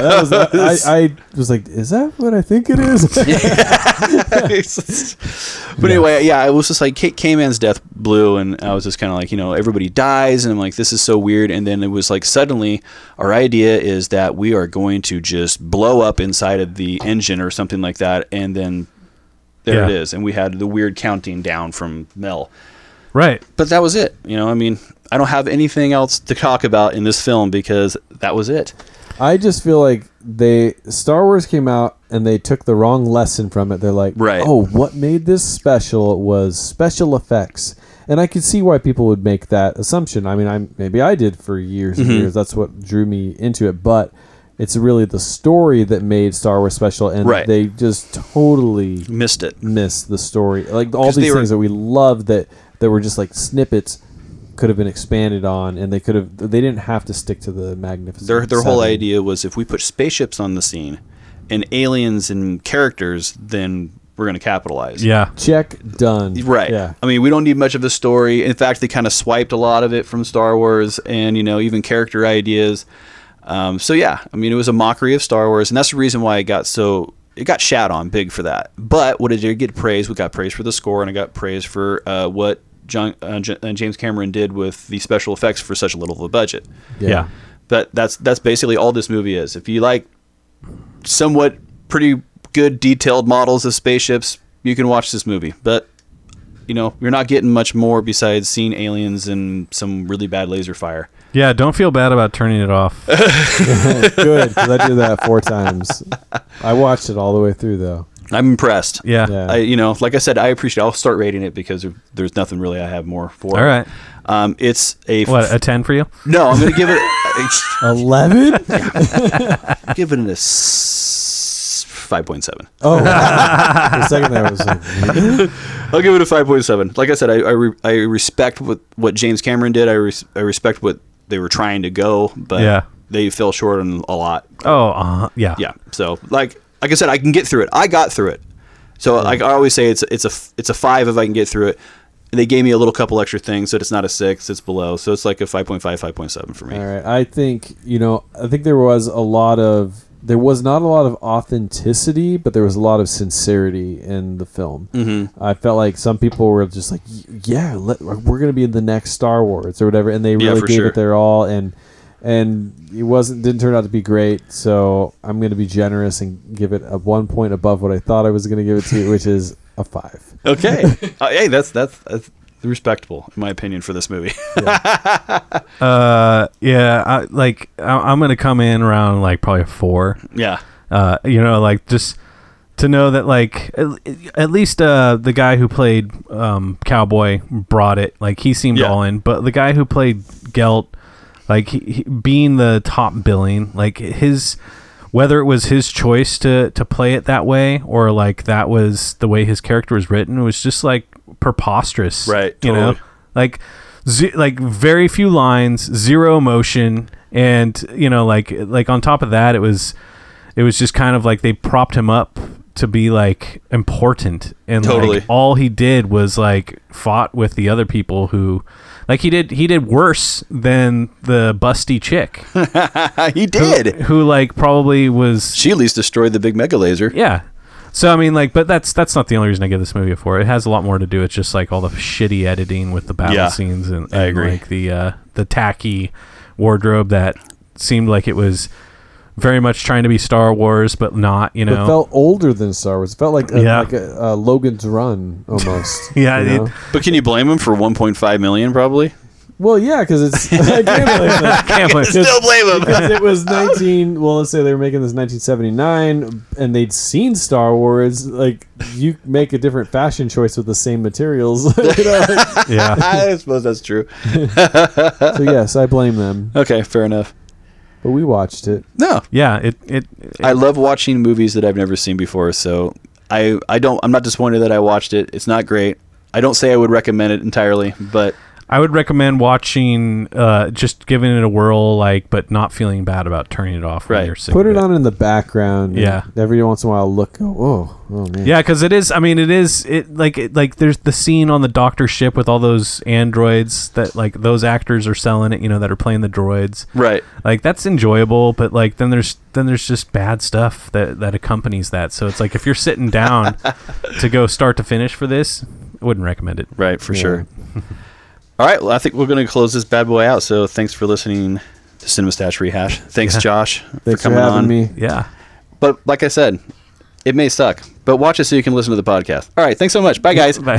E: [laughs]
G: that was, I, I was like, is that what I think it is?
E: [laughs] but anyway, yeah, it was just like Kate K-Man's death blew, and I was just kind of like, you know, everybody dies, and I'm like, this is so weird. And then it was like suddenly, our idea is that we are going to just blow up inside of the engine or something like that, and then there it
F: Yeah.
E: is, and we had the weird counting down from Mel.
F: right.
E: But that was it, you know. I mean, I don't have anything else to talk about in this film because that was it.
G: I just feel like they Star Wars came out and they took the wrong lesson from it. They're like,
E: Right.
G: oh, what made this special was special effects. And I could see why people would make that assumption. I mean, I maybe I did for years and
E: Mhm.
G: years. That's what drew me into it, but it's really the story that made Star Wars special and
E: Right.
G: they just totally
E: missed it.
G: Missed the story. Like all
E: 'Cause they
G: these
E: were-
G: things that we loved that that were just like snippets could have been expanded on and they could have they didn't have to stick to the magnificent
E: Their their whole
G: Seven.
E: idea was if we put spaceships on the scene and aliens and characters, then we're going to capitalize.
G: Check done.
E: Right.
G: Yeah. [laughs]
E: I mean, we don't need much of a story. In fact, they kind of swiped a lot of it from Star Wars and, you know, even character ideas. Um, so, yeah, I mean, it was a mockery of Star Wars. And that's the reason why it got so, it got shat on big for that. But what it did get praised, we got praised for the score and I got praised for uh, what John, uh, J- uh, James Cameron did with the special effects for such a little of a budget.
F: Yeah. Yeah.
E: But that's, that's basically all this movie is. If you like somewhat pretty good detailed models of spaceships, you can watch this movie. But you know, you're not getting much more besides seeing aliens and some really bad laser fire.
F: Yeah, don't feel bad about turning
E: [laughs]
F: it off.
G: Good, because I did that four times. I watched it all the way through, though.
E: I'm impressed.
F: Yeah.
E: I, you know, like I said, I appreciate. I'll start rating it because there's nothing really I have more for.
F: All right.
E: It. Um, it's a
F: What, a 10 for you?
E: No, I'm gonna give it [laughs]
G: eleven.
E: give it a s- five point seven.
G: [laughs] Oh, wow. the second there was. Like,
E: I'll give it a five point seven. Like I said, I I, re- I respect what what James Cameron did. I res- I respect what they were trying to go, but
F: Yeah.
E: they fell short on a lot.
F: Oh, uh, yeah.
E: Yeah. So like like I said, I can get through it. I got through it. So like I always say, it's it's a it's a five if I can get through it. And they gave me a little couple extra things, so it's not a six. It's below, so it's like a 5.5, 5.7 for me.
G: All right. I think you know. I think there was a lot of there was not a lot of authenticity, but there was a lot of sincerity in the film.
E: Mhm.
G: I felt like some people were just like, "Y- "Yeah, let, we're going to be in the next Star Wars or whatever," and they
E: Yeah,
G: really
E: for
G: gave
E: sure.
G: it their all, and and it wasn't didn't turn out to be great. So I'm going to be generous and give it a one point above what I thought I was going to give it to, which is a five.
E: [laughs]
F: [laughs]
E: Okay, uh, hey, that's, that's that's respectable in my opinion for this movie. [laughs]
F: Uh, yeah, I, like I, I'm gonna come in around like probably four.
E: Yeah.
F: Uh, you know, like just to know that like at, at least uh the guy who played um cowboy brought it. Like he seemed
E: Yeah.
F: all in, but the guy who played Gelt, like he, he, being the top billing, like his whether it was his choice to to play it that way or like that was the way his character was written it was just like preposterous
E: Right,
F: you know
E: totally.
F: like ze- like very few lines zero emotion and you know like like on top of that it was it was just kind of like they propped him up to be like important and like,
E: Totally.
F: all he did was like fought with the other people who like he did he did worse than the busty chick
E: he did.
F: who, like probably was
E: she at least destroyed the big mega laser
F: yeah so i mean like but that's that's not the only reason i give this movie a four it has a lot more to do with just like all the shitty editing with the battle
E: Yeah,
F: scenes and,
E: I
F: and,
E: agree.
F: like the uh the tacky wardrobe that seemed like it was very much trying to be star wars but not you know
G: It felt older than Star Wars. It felt like a,
F: Yeah.
G: like a, uh, Logan's Run almost.
F: [laughs] Yeah,
G: you
F: it-
G: know?
E: But can you blame him for 1.5 million? Probably.
G: Well, yeah, because it's [laughs] I can't blame
F: [laughs]
G: them.
F: can't blame-
E: Still blame them.
G: [laughs] because it was 19. Well, let's say they were making this 1979, and they'd seen Star Wars. Like you make a different fashion choice with the same materials. [laughs] you know, like-
F: Yeah.
E: [laughs] I suppose that's true.
G: so yes, I blame them.
E: Okay, fair enough.
G: But we watched it.
E: No.
F: yeah it it,
E: I love watching movies that I've never seen before, so I I don't I'm not disappointed that I watched it. It's not great. I don't say I would recommend it entirely, but
F: i would recommend watching uh just giving it a whirl like but not feeling bad about turning it off when
E: Right.
F: you're sick
G: Put
F: of
G: it on in the background. and
F: Yeah.
G: Every once in a while, look. Go, oh, oh man.
F: Yeah, because it is. I mean, it is. It like it, like there's the scene on the doctor ship with all those androids that like those actors are selling it. You know that are playing the droids.
E: Right.
F: Like that's enjoyable, but like then there's then there's just bad stuff that that accompanies that. So it's like if you're
E: [laughs]
F: sitting down to go start to finish for this, I wouldn't recommend it.
E: right for
G: [laughs]
E: sure. All right, well I think we're going to close this bad boy out. So thanks for listening to Cinema Stash
G: [laughs]
E: Rehash. Thanks Josh
G: Thanks for, having me.
E: [laughs]
F: Yeah.
E: But like I said, it may suck, but watch it so you can listen to the podcast. All right, thanks so much. Bye guys.
F: Bye.